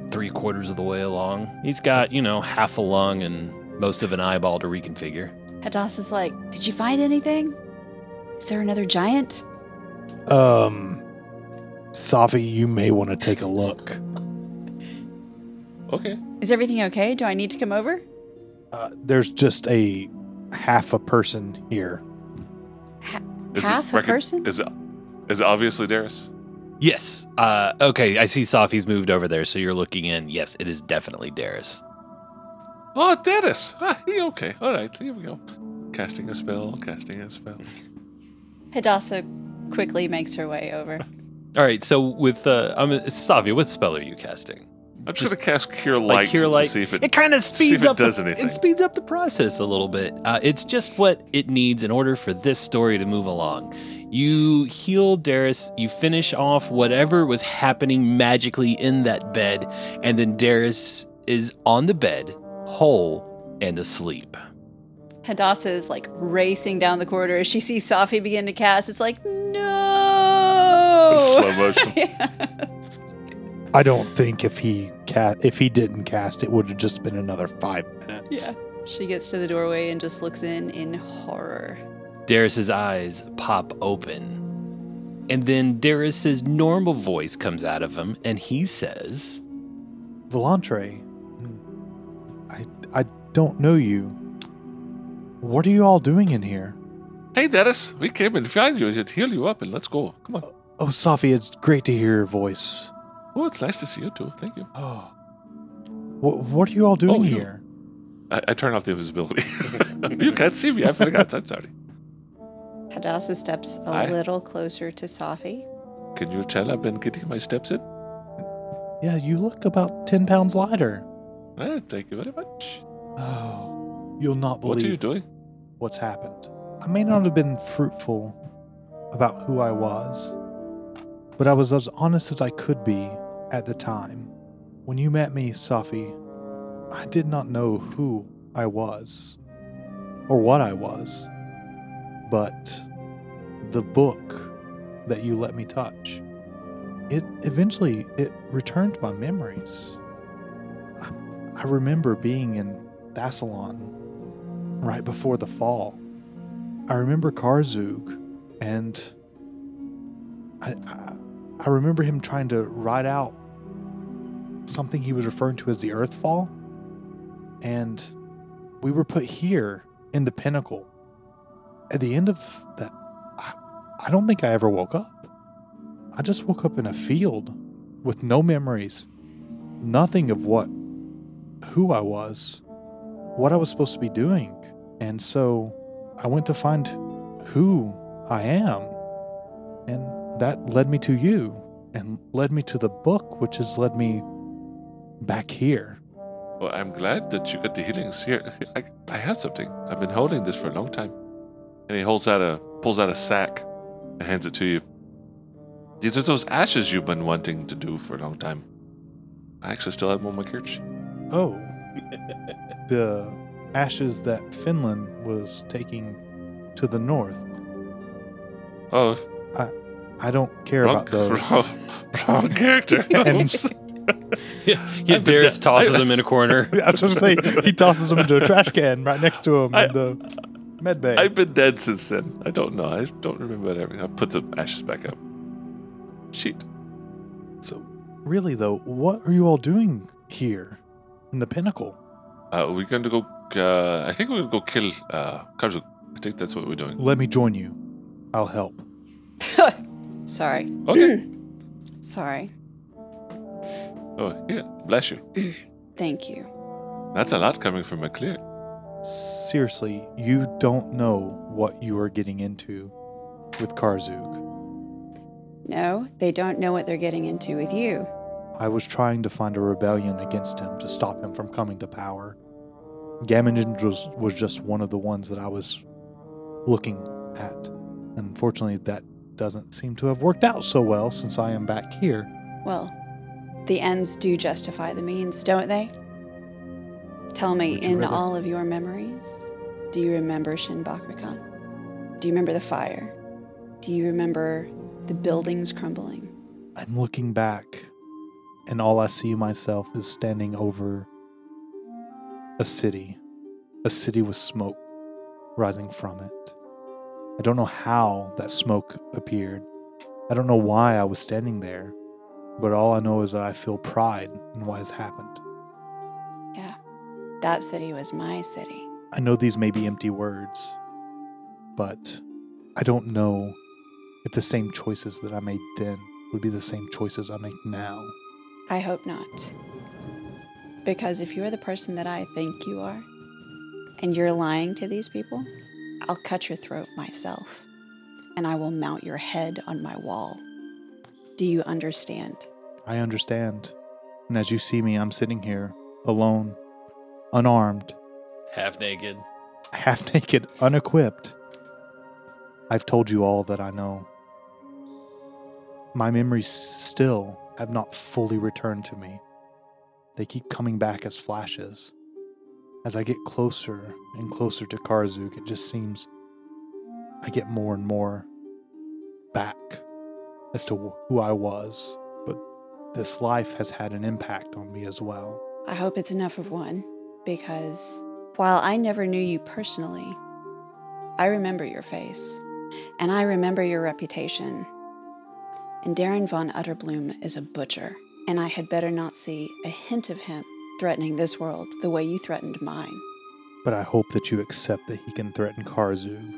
S1: three quarters of the way along. He's got, you know, half a lung and most of an eyeball to reconfigure.
S4: Hadass is like, Did you find anything? Is there another giant?
S3: Um, Safi, you may want to take a look.
S2: okay.
S4: Is everything okay? Do I need to come over?
S3: Uh, there's just a half a person here.
S2: Is
S4: Half a
S2: recog-
S4: person?
S2: Is it? Is it obviously Darius?
S1: Yes. Uh, okay, I see Safi's moved over there, so you're looking in. Yes, it is definitely Darius.
S2: Oh, Darius. Ah, he okay. All right. Here we go. Casting a spell. Casting a spell.
S4: Hadassah quickly makes her way over.
S1: All right, so with uh, I'm Savia, what spell are you casting?
S2: I'm
S1: Just-
S2: just gonna cast Cure
S1: like
S2: Light
S1: Cure
S2: to
S1: Light.
S2: see if it.
S1: It kind of
S2: see if
S1: speeds
S2: it
S1: up. the-
S2: does anything.
S1: It speeds up the process a little bit. Uh, it's just what it needs in order for this story to move along. You heal Darius. You finish off whatever was happening magically in that bed, and then Darius is on the bed, whole and asleep.
S4: Hadassah is like racing down the corridor as she sees Safi begin to cast. It's like, no.
S2: Slow motion.
S4: Yes.
S3: I don't think if he ca- if he didn't cast, it would have just been another five minutes.
S4: Yeah. She gets to the doorway and just looks in in horror.
S1: Darius's eyes pop open, and then Darius's normal voice comes out of him, and he says.
S3: Volantre, I I don't know you. What are you all doing in here?
S2: Hey, Darius. We came and found you and heal you up, and let's go. Come on.
S3: Oh, Safi, it's great to hear your voice.
S2: Oh, it's nice to see you too. Thank you.
S3: Oh, what what are you all doing
S2: Oh, you-
S3: here?
S2: I, I turn off the invisibility. you can't see me. I forgot. I'm sorry.
S4: Hadassah steps a
S2: Aye.
S4: little closer to Safi.
S2: Can you tell I've been getting my steps in?
S3: Yeah, you look about 10 pounds lighter.
S2: Eh, thank you very much.
S3: Oh, you'll not
S2: What are you doing?
S3: believe what's happened. I may not have been fruitful about who I was, but I was as honest as I could be at the time. When you met me, Safi, I did not know who I was or what I was, but the book that you let me touch, it eventually it returned my memories. I, I remember being in Thassalon right before the fall. I remember Karzug, and I, I, I remember him trying to ride out something he was referring to as the Earthfall, and we were put here in the pinnacle. At the end of that, I, I don't think I ever woke up. I just woke up in a field with no memories, nothing of what, who I was, what I was supposed to be doing. And so I went to find who I am. And that led me to you and led me to the book, which has led me back here.
S2: Well, I'm glad that you got the healings. Here, I, I have something. I've been holding this for a long time. And he holds out a pulls out a sack and hands it to you. These are those ashes you've been wanting to do for a long time. I actually still have them on my couch.
S3: Oh, the ashes that Finland was taking to the north.
S2: Oh,
S3: I don't care
S2: wrong,
S3: about those.
S2: wrong, wrong character.
S3: And-
S2: Oops.
S1: yeah,
S2: I've been
S1: Darius
S2: da-
S1: tosses him in a corner.
S3: I was going to say, he tosses them into a trash can right next to him
S2: I-
S3: in the med bay.
S2: I've been dead since then. I don't know. I don't remember everything. I put the ashes back up. Shit.
S3: So, really though, what are you all doing here in the pinnacle?
S2: Uh, we're going to go. Uh, I think we're going to go kill uh, Karzuk. I think that's what we're doing.
S3: Let me join you. I'll help.
S4: Sorry,
S2: Okay.
S4: sorry.
S2: oh, yeah. Bless you.
S4: Thank you.
S2: That's a lot coming from McClear.
S3: Seriously, you don't know what you are getting into with Karzuk.
S4: No, they don't know what they're getting into with you.
S3: I was trying to find a rebellion against him to stop him from coming to power. Gamingen was, was just one of the ones that I was looking at. Unfortunately, that doesn't seem to have worked out so well since I am back here.
S4: Well, the ends do justify the means, don't they? Tell me,
S3: Would you
S4: in
S3: rather-
S4: all of your memories, do you remember Shin Bakugan? Do you remember the fire? Do you remember the buildings crumbling?
S3: I'm looking back, and all I see myself is standing over a city, a city with smoke rising from it. I don't know how that smoke appeared. I don't know why I was standing there, but all I know is that I feel pride in what has happened.
S4: Yeah, that city was my city.
S3: I know these may be empty words, but I don't know if the same choices that I made then would be the same choices I make now.
S4: I hope not. Because if you're the person that I think you are, and you're lying to these people, I'll cut your throat myself, and I will mount your head on my wall. Do you understand?
S3: I understand. And as you see me, I'm sitting here, alone, unarmed,
S1: Half naked.
S3: half naked, unequipped. I've told you all that I know. My memories still have not fully returned to me. They keep coming back as flashes. As I get closer and closer to Karzuk, it just seems I get more and more back as to who I was. But this life has had an impact on me as well.
S4: I hope it's enough of one, because while I never knew you personally, I remember your face, and I remember your reputation. And Darren von Utterbloom is a butcher, and I had better not see a hint of him threatening this world the way you threatened mine.
S3: but I hope that you accept that he can threaten Karzu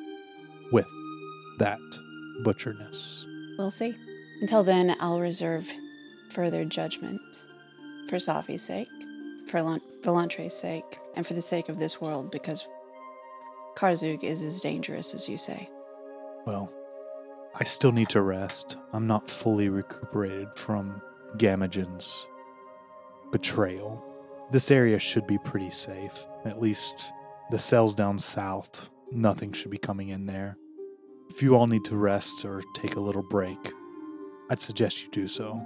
S3: with that butcherness.
S4: We'll see. Until then, I'll reserve further judgment for Safi's sake, for Lan- Velantre's sake, and for the sake of this world, because Karzug is as dangerous as you say.
S3: Well, I still need to rest. I'm not fully recuperated from Gamagen's betrayal. This area should be pretty safe. At least the cells down south, nothing should be coming in there. If you all need to rest or take a little break, I'd suggest you do so.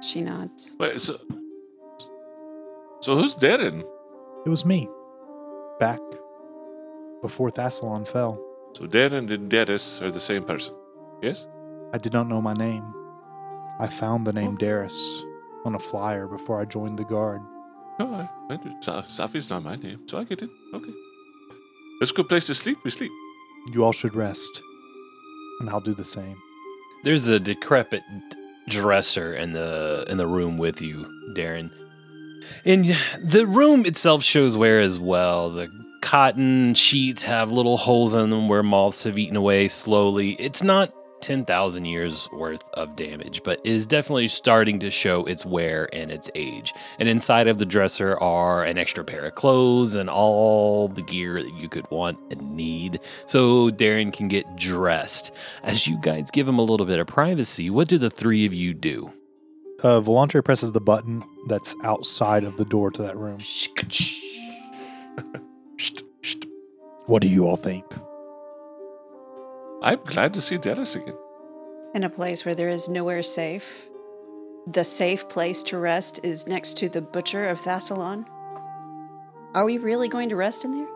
S4: She nods.
S2: Wait, so so who's dead in?
S3: It was me. Back before Thassalon fell.
S2: So dead and Dedis are the same person. Yes.
S3: I did not know my name. I found the name Darius on a flyer before I joined the guard.
S2: No, I, I do. Sa- Safi's not my name, so I get it. Okay. Let's go place to sleep. We sleep.
S3: You all should rest, and I'll do the same.
S1: There's a decrepit dresser in the in the room with you, Darren. And the room itself shows wear as well. The cotton sheets have little holes in them where moths have eaten away slowly. It's not 10,000 years worth of damage, but it is definitely starting to show its wear and its age. And inside of the dresser are an extra pair of clothes and all the gear that you could want and need. So Darren can get dressed. As you guys give him a little bit of privacy, what do the three of you do?
S3: Uh, Volantre presses the button that's outside of the door to that room. What do you all think?
S2: I'm glad to see Dedis again.
S4: In a place where there is nowhere safe. The safe place to rest is next to the butcher of Thassalon. Are we really going to rest in there?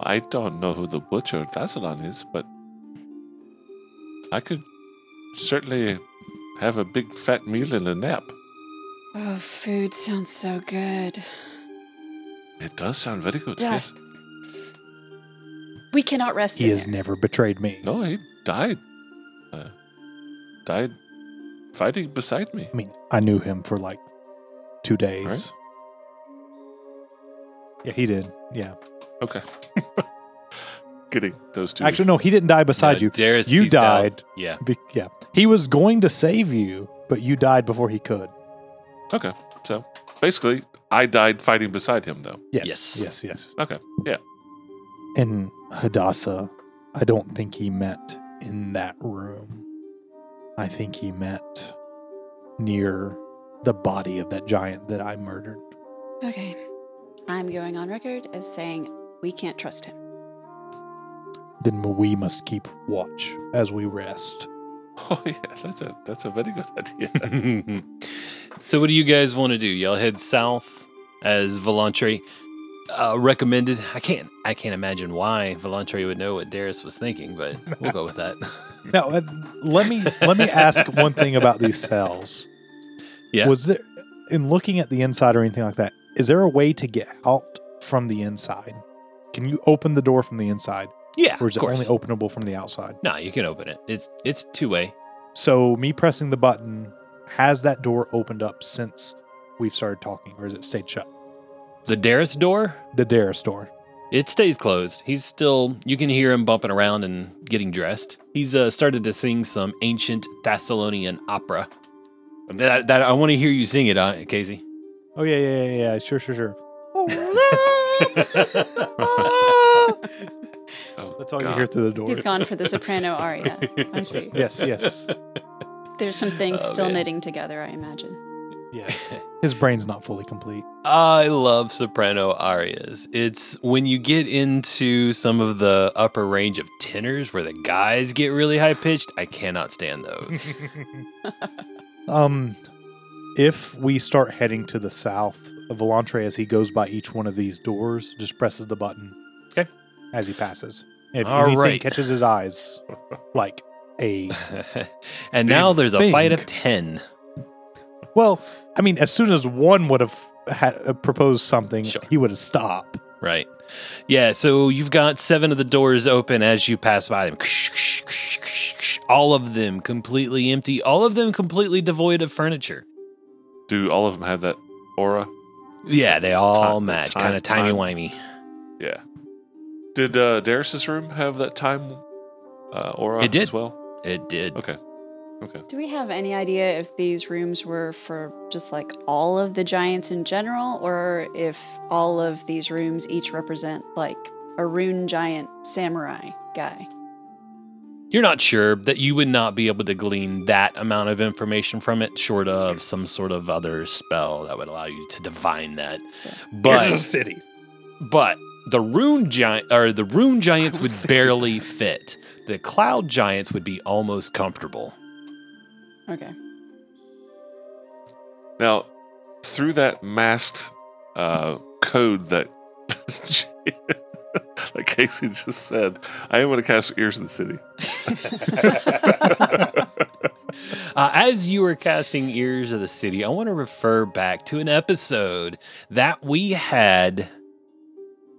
S2: I don't know who the butcher of Thassalon is, but I could certainly have a big fat meal and a nap.
S4: Oh, food sounds so good.
S2: It does sound very good.
S4: Yeah.
S2: Yes.
S4: We cannot rest
S3: He
S4: in
S3: has
S4: there.
S3: never betrayed me.
S2: No, he died. Uh, died fighting beside me.
S3: I mean, I knew him for like two days.
S2: Right.
S3: Yeah, he did. Yeah.
S2: Okay. Getting those two.
S3: Actually, no, he didn't die beside
S1: No,
S3: you.
S1: uh, Darius
S3: you
S1: peaced out.
S3: died.
S1: Yeah.
S3: Be- yeah. He was going to save you, but you died before he could.
S2: Okay. So basically, I died fighting beside him, though.
S3: Yes.
S1: Yes.
S3: Yes. Yes.
S2: Okay. Yeah.
S3: And Hadassah, I don't think he met in that room. I think he met near the body of that giant that I murdered.
S4: Okay. I'm going on record as saying we can't trust him.
S3: Then we must keep watch as we rest.
S2: Oh yeah, that's a that's a very good idea.
S1: so what do you guys want to do? Y'all head south as Volantre uh, recommended. I can't I can't imagine why Volantre would know what Darius was thinking, but we'll go with that.
S3: Now, uh, let me let me ask one thing about these cells.
S1: Yeah.
S3: Was there, in looking at the inside or anything like that, is there a way to get out from the inside? Can you open the door from the inside,
S1: yeah,
S3: or is
S1: of
S3: it only
S1: course.
S3: openable from the outside?
S1: no, you can open it. It's it's two way.
S3: So, me pressing the button has that door opened up since we've started talking, or is it stayed shut?
S1: The Darius door
S3: The Darius door.
S1: It stays closed. He's still, you can hear him bumping around and getting dressed. He's uh, started to sing some ancient Thessalonian opera. That, that I want to hear you sing it, uh, Casey.
S3: Oh yeah, yeah, yeah, yeah. Sure, sure, sure.
S2: Oh,
S3: That's all you
S2: God.
S3: hear through the door.
S4: He's gone for the soprano aria. I see.
S3: Yes, yes,
S4: There's some things
S1: Oh,
S4: still
S1: man.
S4: knitting together, I imagine.
S3: yes. His brain's not fully complete.
S1: I love soprano arias. It's when you get into some of the upper range of tenors where the guys get really high pitched. I cannot stand those.
S3: Um, if we start heading to the south, Volantre, as he goes by each one of these doors, just presses the button.
S1: Okay.
S3: As he passes, if
S1: All
S3: anything
S1: right.
S3: catches his eyes, like a
S1: and now
S3: Didn't
S1: there's a fight of
S3: think.
S1: 10.
S3: well, I mean, as soon as one would have had uh, proposed something,
S1: Sure.
S3: he would have stopped.
S1: Right. Yeah, so you've got seven of the doors open as you pass by them. All of them completely empty, all of them completely devoid of furniture.
S2: Do all of them have that aura?
S1: Yeah, they all
S2: Ti-
S1: match,
S2: time-
S1: kind of
S2: time-
S1: timey-wimey.
S2: Yeah. Did uh, Darius's room have that time uh, aura
S1: It did.
S2: as well?
S1: It did.
S2: Okay.
S4: Do we have any idea if these rooms were for just like all of the giants in general, or if all of these rooms each represent like a rune giant samurai guy?
S1: you're not sure that you would not be able to glean that amount of information from it, short of some sort of other spell that would allow you to divine that. But
S3: city.
S1: but the rune giant or the rune giants
S3: was
S1: would
S3: thinking
S1: barely fit. The cloud giants would be almost comfortable.
S4: Okay.
S2: Now, through that masked uh, code that that Casey just said, I am going to cast Ears of the City.
S1: Uh, as you were casting Ears of the City, I want to refer back to an episode that we had.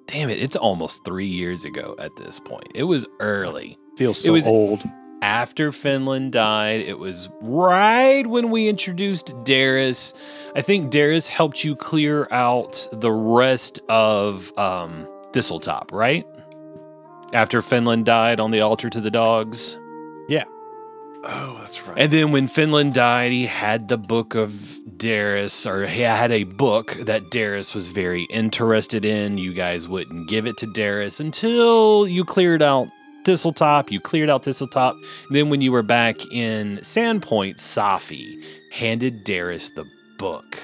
S1: Damn it, it's almost three years ago at this point. It was early.
S3: Feels
S1: It
S3: so
S1: was-
S3: old.
S1: After Finland died, it was right when we introduced Darius. I think Darius helped you clear out the rest of um, Thistletop, right? After Finland died on the altar to the dogs.
S2: Oh, that's right.
S1: And then when Finland died, he had the book of Darius, or he had a book that Darius was very interested in. You guys wouldn't give it to Darius until you cleared out Thistletop. You cleared out Thistletop. And then when you were back in Sandpoint, Safi handed Darius the book.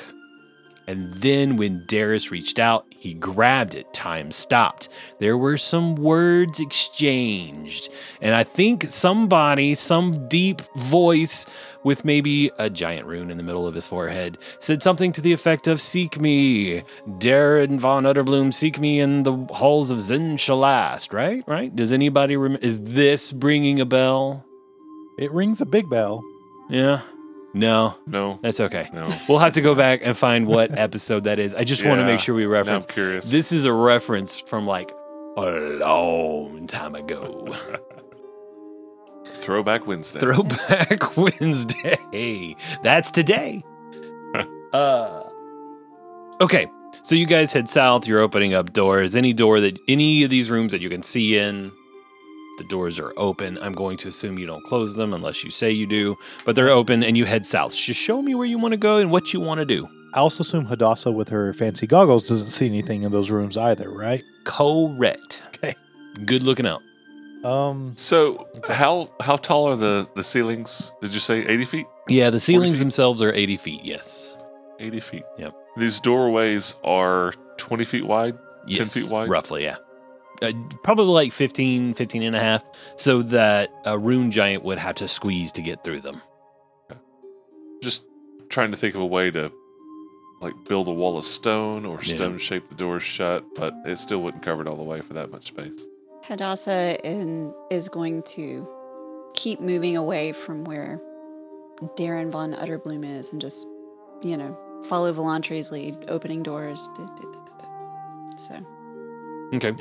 S1: And then when Darius reached out, he grabbed it. Time stopped. There were some words exchanged. And I think somebody, some deep voice with maybe a giant rune in the middle of his forehead, said something to the effect of Seek me, Darren von Utterbloom, seek me in the halls of Zen Shalast, right? Right? Does anybody remember? Is this bringing a bell?
S3: It rings a big bell.
S1: Yeah. No,
S2: no,
S1: that's okay.
S2: no.
S1: We'll have to go back and find what episode that is. I just want to
S2: Yeah.
S1: make sure we
S2: Now I'm
S1: reference.
S2: curious.
S1: This is a reference from like a long time ago.
S2: Throwback Wednesday.
S1: Throwback Wednesday. That's today. uh, okay. So you guys head south. You're opening up doors. Any door that any of these rooms that you can see in, the doors are open. I'm going to assume you don't close them unless you say you do, but they're open and you head south. Just show me where you want to go and what you want to do.
S3: I also assume Hadassah with her fancy goggles doesn't see anything in those rooms either, right?
S1: Correct.
S3: Okay.
S1: Good looking out.
S3: Um,
S2: So, how how tall are the the ceilings? Did you say eighty feet?
S1: Yeah, the ceilings
S2: feet.
S1: themselves are 80 feet. Yes.
S2: Eighty feet.
S1: Yep.
S2: These doorways are twenty feet wide.
S1: yes
S2: 10 feet wide?
S1: Roughly, yeah. Uh, probably like 15, 15 and a half, so that a rune giant would have to squeeze to get through them.
S2: Just trying to think of a way to like build a wall of stone or
S1: Yeah.
S2: stone shape the doors shut, but it still wouldn't cover it all the way for that much space.
S4: Hadassah in, is going to keep moving away from where Darren von Utterbloom is and just, you know, follow Volantri's lead, opening doors. da- da- da- da- da. So,
S1: Okay.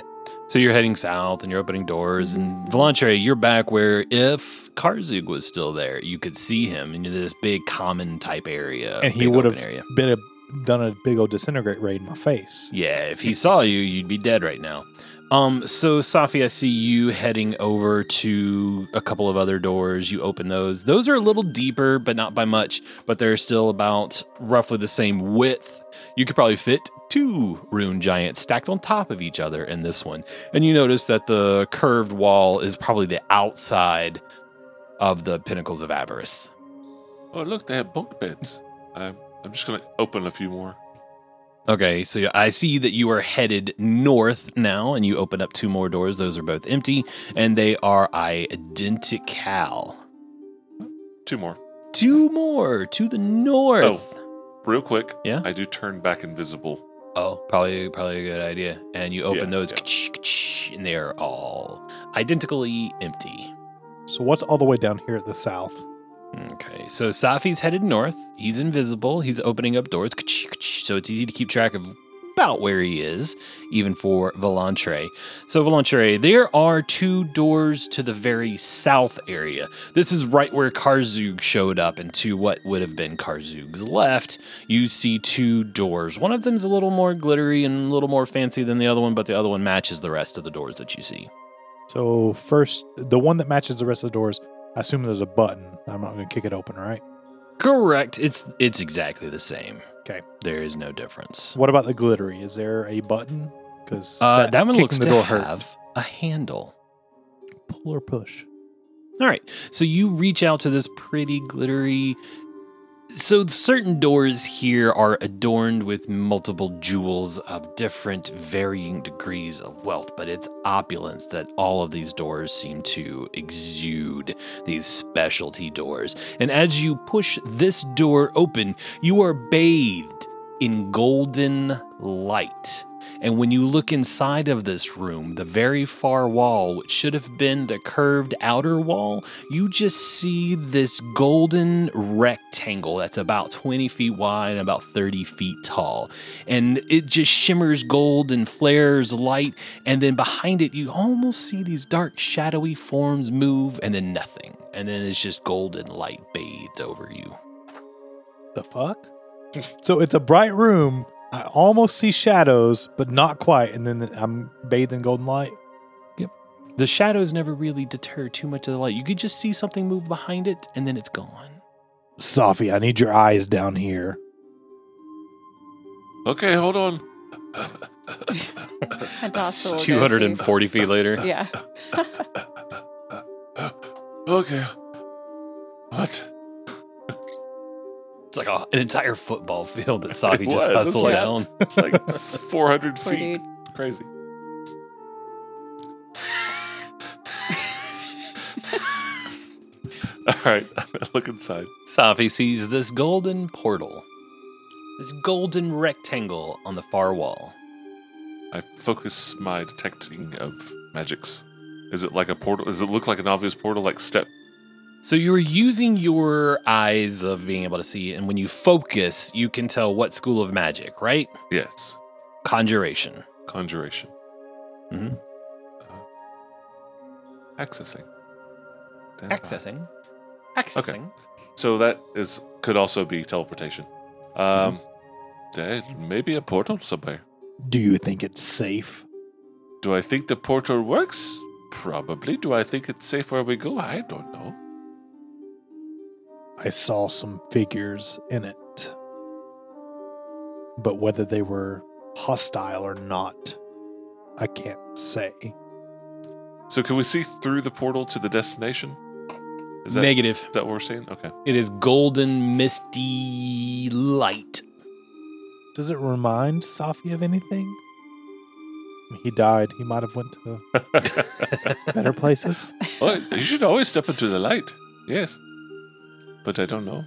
S1: So you're heading south and you're opening doors. And Volantre, you're back where if Karzug was still there, you could see him in this big common type area.
S3: and he
S1: big
S3: would
S1: open
S3: have
S1: area.
S3: been a, done a big old disintegrate raid in my face.
S1: Yeah, if he saw you, you'd be dead right now. Um, so Safi, I see you heading over to a couple of other doors. You open those. Those are a little deeper, but not by much. But they're still about roughly the same width. You could probably fit two rune giants stacked on top of each other in this one. And you notice that the curved wall is probably the outside of the pinnacles of avarice.
S2: Oh, look, they have bunk beds. I'm, I'm just going to open a few more.
S1: Okay, so I see that you are headed north now, and you open up two more doors. Those are both empty, and they are identical.
S2: Two more.
S1: Two more to the north.
S2: Oh. Real quick.
S1: Yeah?
S2: I do turn back invisible.
S1: Oh, probably probably a good idea. And you open
S2: Yeah,
S1: those,
S2: yeah.
S1: ka-ch, ka-ch, and they are all identically empty.
S3: So what's all the way down here at the south?
S1: Okay, so Safi's headed north. He's invisible. He's opening up doors. Ka-ch, ka-ch, So it's easy to keep track of about where he is, even for Volantre. So, Volantre, there are two doors to the very south area. This is right where Karzug showed up, and to what would have been Karzug's left, you see two doors. One of them's a little more glittery and a little more fancy than the other one, but the other one matches the rest of the doors that you see.
S3: So first, the one that matches the rest of the doors. I assume there's a button. I'm not going to kick it open, right?
S1: Correct. It's it's exactly the same.
S3: Okay.
S1: There is no difference.
S3: What about the glittery? Is there a button? Because
S1: Uh, that, one
S3: kicking
S1: looks
S3: the
S1: to
S3: door hurt.
S1: have a handle.
S3: Pull or push.
S1: All right. So you reach out to this pretty glittery. So certain doors here are adorned with multiple jewels of different varying degrees of wealth, but it's opulence that all of these doors seem to exude, these specialty doors. And as you push this door open, you are bathed in golden light. And when you look inside of this room, the very far wall, which should have been the curved outer wall, you just see this golden rectangle that's about 20 feet wide and about 30 feet tall. And it just shimmers gold and flares light. And then behind it, you almost see these dark, shadowy forms move and then nothing. And then it's just golden light bathed over you.
S3: The fuck? so it's a bright room. I almost see shadows, but not quite. And then I'm bathed in golden light.
S1: The shadows never really deter too much of the light. You could just see something move behind it and then it's gone.
S3: Sophie, I need your eyes down here.
S2: Okay, hold on.
S4: A docile goatee.
S1: 240 feet later.
S4: Yeah.
S2: Okay. What?
S1: It's like a, an entire football field that Savi
S2: It
S1: just
S2: was. It's
S1: hustled
S2: like-
S1: down.
S2: It's like 400
S4: Poor
S2: feet.
S4: dude.
S2: Crazy. All right, look inside.
S1: Safi sees this golden portal, this golden rectangle on the far wall.
S2: I focus my detecting of magics. Is it like a portal? Does it look like an obvious portal? Like step?
S1: So you're using your eyes of being able to see, and when you focus, you can tell what school of magic, right?
S2: Yes.
S1: Conjuration.
S2: Conjuration.
S1: Mhm.
S2: Uh, accessing. Stand by.
S1: Accessing. Accessing.
S2: So that is could also be teleportation. Um, there may be a portal somewhere.
S3: Do you think it's safe?
S2: Do I think the portal works? Probably. Do I think it's safe where we go? I don't know.
S3: I saw some figures in it. But whether they were hostile or not, I can't say.
S2: So can we see through the portal to the destination? Is that, is
S1: Negative.
S2: that what we're seeing? Okay.
S1: It is golden, misty light.
S3: Does it remind Safi of anything? He died. He might have went to better places.
S2: well, Oh, you should always step into the light. Yes. But I don't know.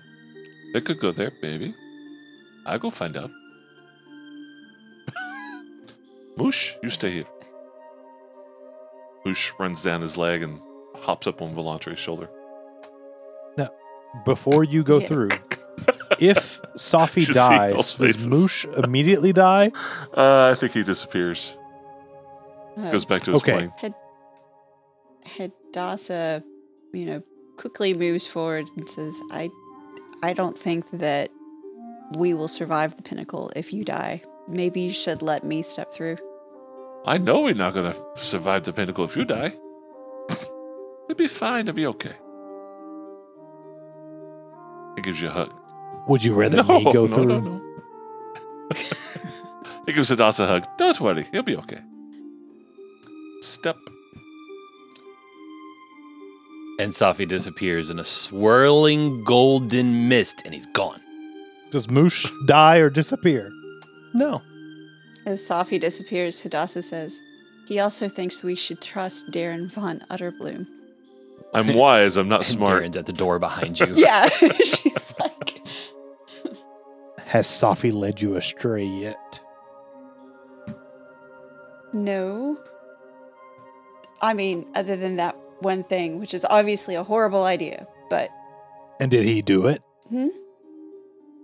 S2: They could go there, maybe. I'll go find out. Moosh, you stay here. Moosh runs down his leg and hops up on Volante's shoulder.
S3: Before you go
S4: Yeah.
S3: through, if Safi
S2: Just see
S3: dies,
S2: those
S3: does
S2: faces.
S3: Moosh immediately die?
S2: Uh, I think he disappears.
S4: Uh,
S2: Goes back to his
S3: Okay.
S2: plane.
S4: Hadassah, you know, quickly moves forward and says, "I, I don't think that we will survive the pinnacle if you die. Maybe you should let me step through."
S2: I know we're not gonna survive the pinnacle if you die. It'll be fine. It'll be okay. It gives you a hug.
S3: Would you rather me go through?
S2: No, no, he gives Hadassah a hug. Don't worry, he'll be okay. Step.
S1: And Safi disappears in a swirling golden mist, and he's gone.
S3: Does Moosh die or disappear?
S1: No.
S4: As Safi disappears, Hadassah says, "He also thinks we should trust Darren von Utterbloom."
S2: I'm wise. I'm not
S1: And
S2: smart.
S1: Darren's at the door behind you.
S4: Yeah, she's like,
S3: Has Safi led you astray yet?
S4: "No." I mean, other than that one thing, which is obviously a horrible idea, but
S3: And did he do it?
S4: Hmm?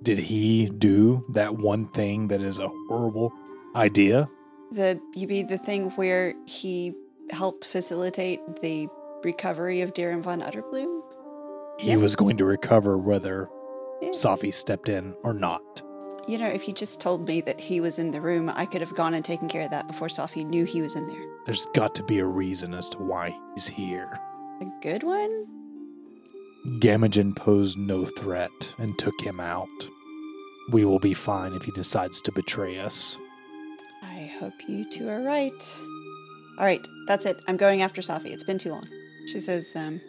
S3: Did he do that one thing that is a horrible idea?
S4: The you mean the thing where he helped facilitate the recovery of Darren von Utterbloom?
S3: He was going to recover whether
S4: Yeah.
S3: Safi stepped in or not.
S4: You know, if you just told me that he was in the room, I could have gone and taken care of that before Sophie knew he was in there.
S3: There's got to be a reason as to why he's here.
S4: A good one?
S3: Gamogen posed no threat and took him out. We will be fine if he decides to betray us.
S4: I hope you two are right. All right, that's it. I'm going after Sophie. It's been too long. She says, um,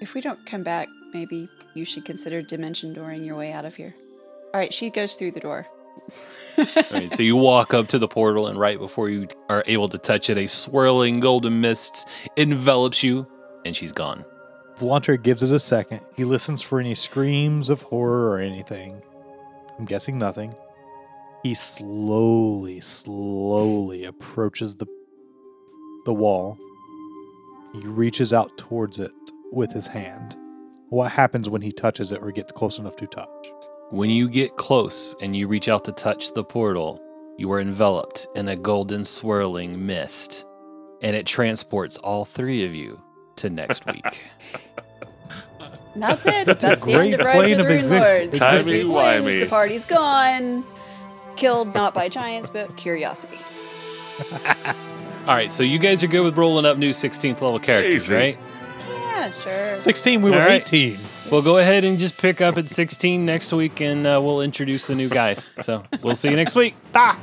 S4: If we don't come back, maybe you should consider dimension dooring your way out of here. All right, she goes through the door.
S1: All right, so you walk up to the portal, and right before you are able to touch it, a swirling golden mist envelops you, and she's gone.
S3: Vlanter gives it a second. He listens for any screams of horror or anything. I'm guessing nothing. He slowly, slowly approaches the the wall. He reaches out towards it with his hand. What happens when he touches it or gets close enough to touch?
S1: When you get close and you reach out to touch the portal, you are enveloped in a golden swirling mist, and it transports all three of you to next week.
S4: And that's it.
S3: That's
S4: that's
S3: a
S4: the end
S3: great
S4: of Rise
S3: plane
S4: of the
S3: of
S4: Rune
S3: exist-
S4: Lords.
S2: Timey
S4: Disney wins,
S2: wimey.
S4: The party's gone. Killed not by giants, but curiosity.
S1: all right, so you guys are good with rolling up new 16th level characters,
S2: Easy.
S1: right?
S4: Yeah, sure.
S3: 16, we were
S1: All right.
S3: 18.
S1: We'll go ahead and just pick up at 16 next week, and uh, we'll introduce the new guys. So we'll see you next week. Bye.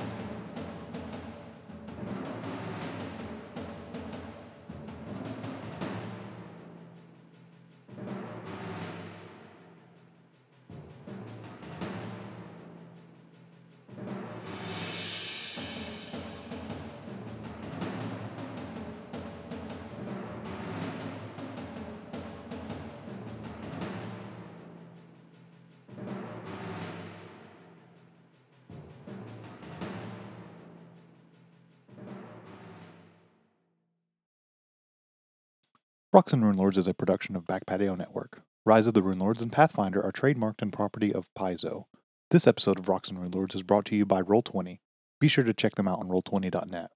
S3: Rocks and Rune Lords is a production of Back Patio Network. Rise of the Rune Lords and Pathfinder are trademarked and property of Paizo. This episode of Rocks and Rune Lords is brought to you by Roll20. Be sure to check them out on roll20.net.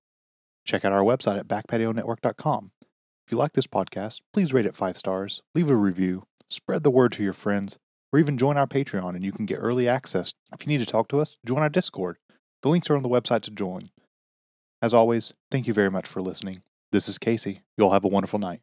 S3: Check out our website at backpationetwork.com. If you like this podcast, please rate it five stars, leave a review, spread the word to your friends, or even join our Patreon and you can get early access. If you need to talk to us, join our Discord. The links are on the website to join. As always, thank you very much for listening. This is Casey. You all have a wonderful night.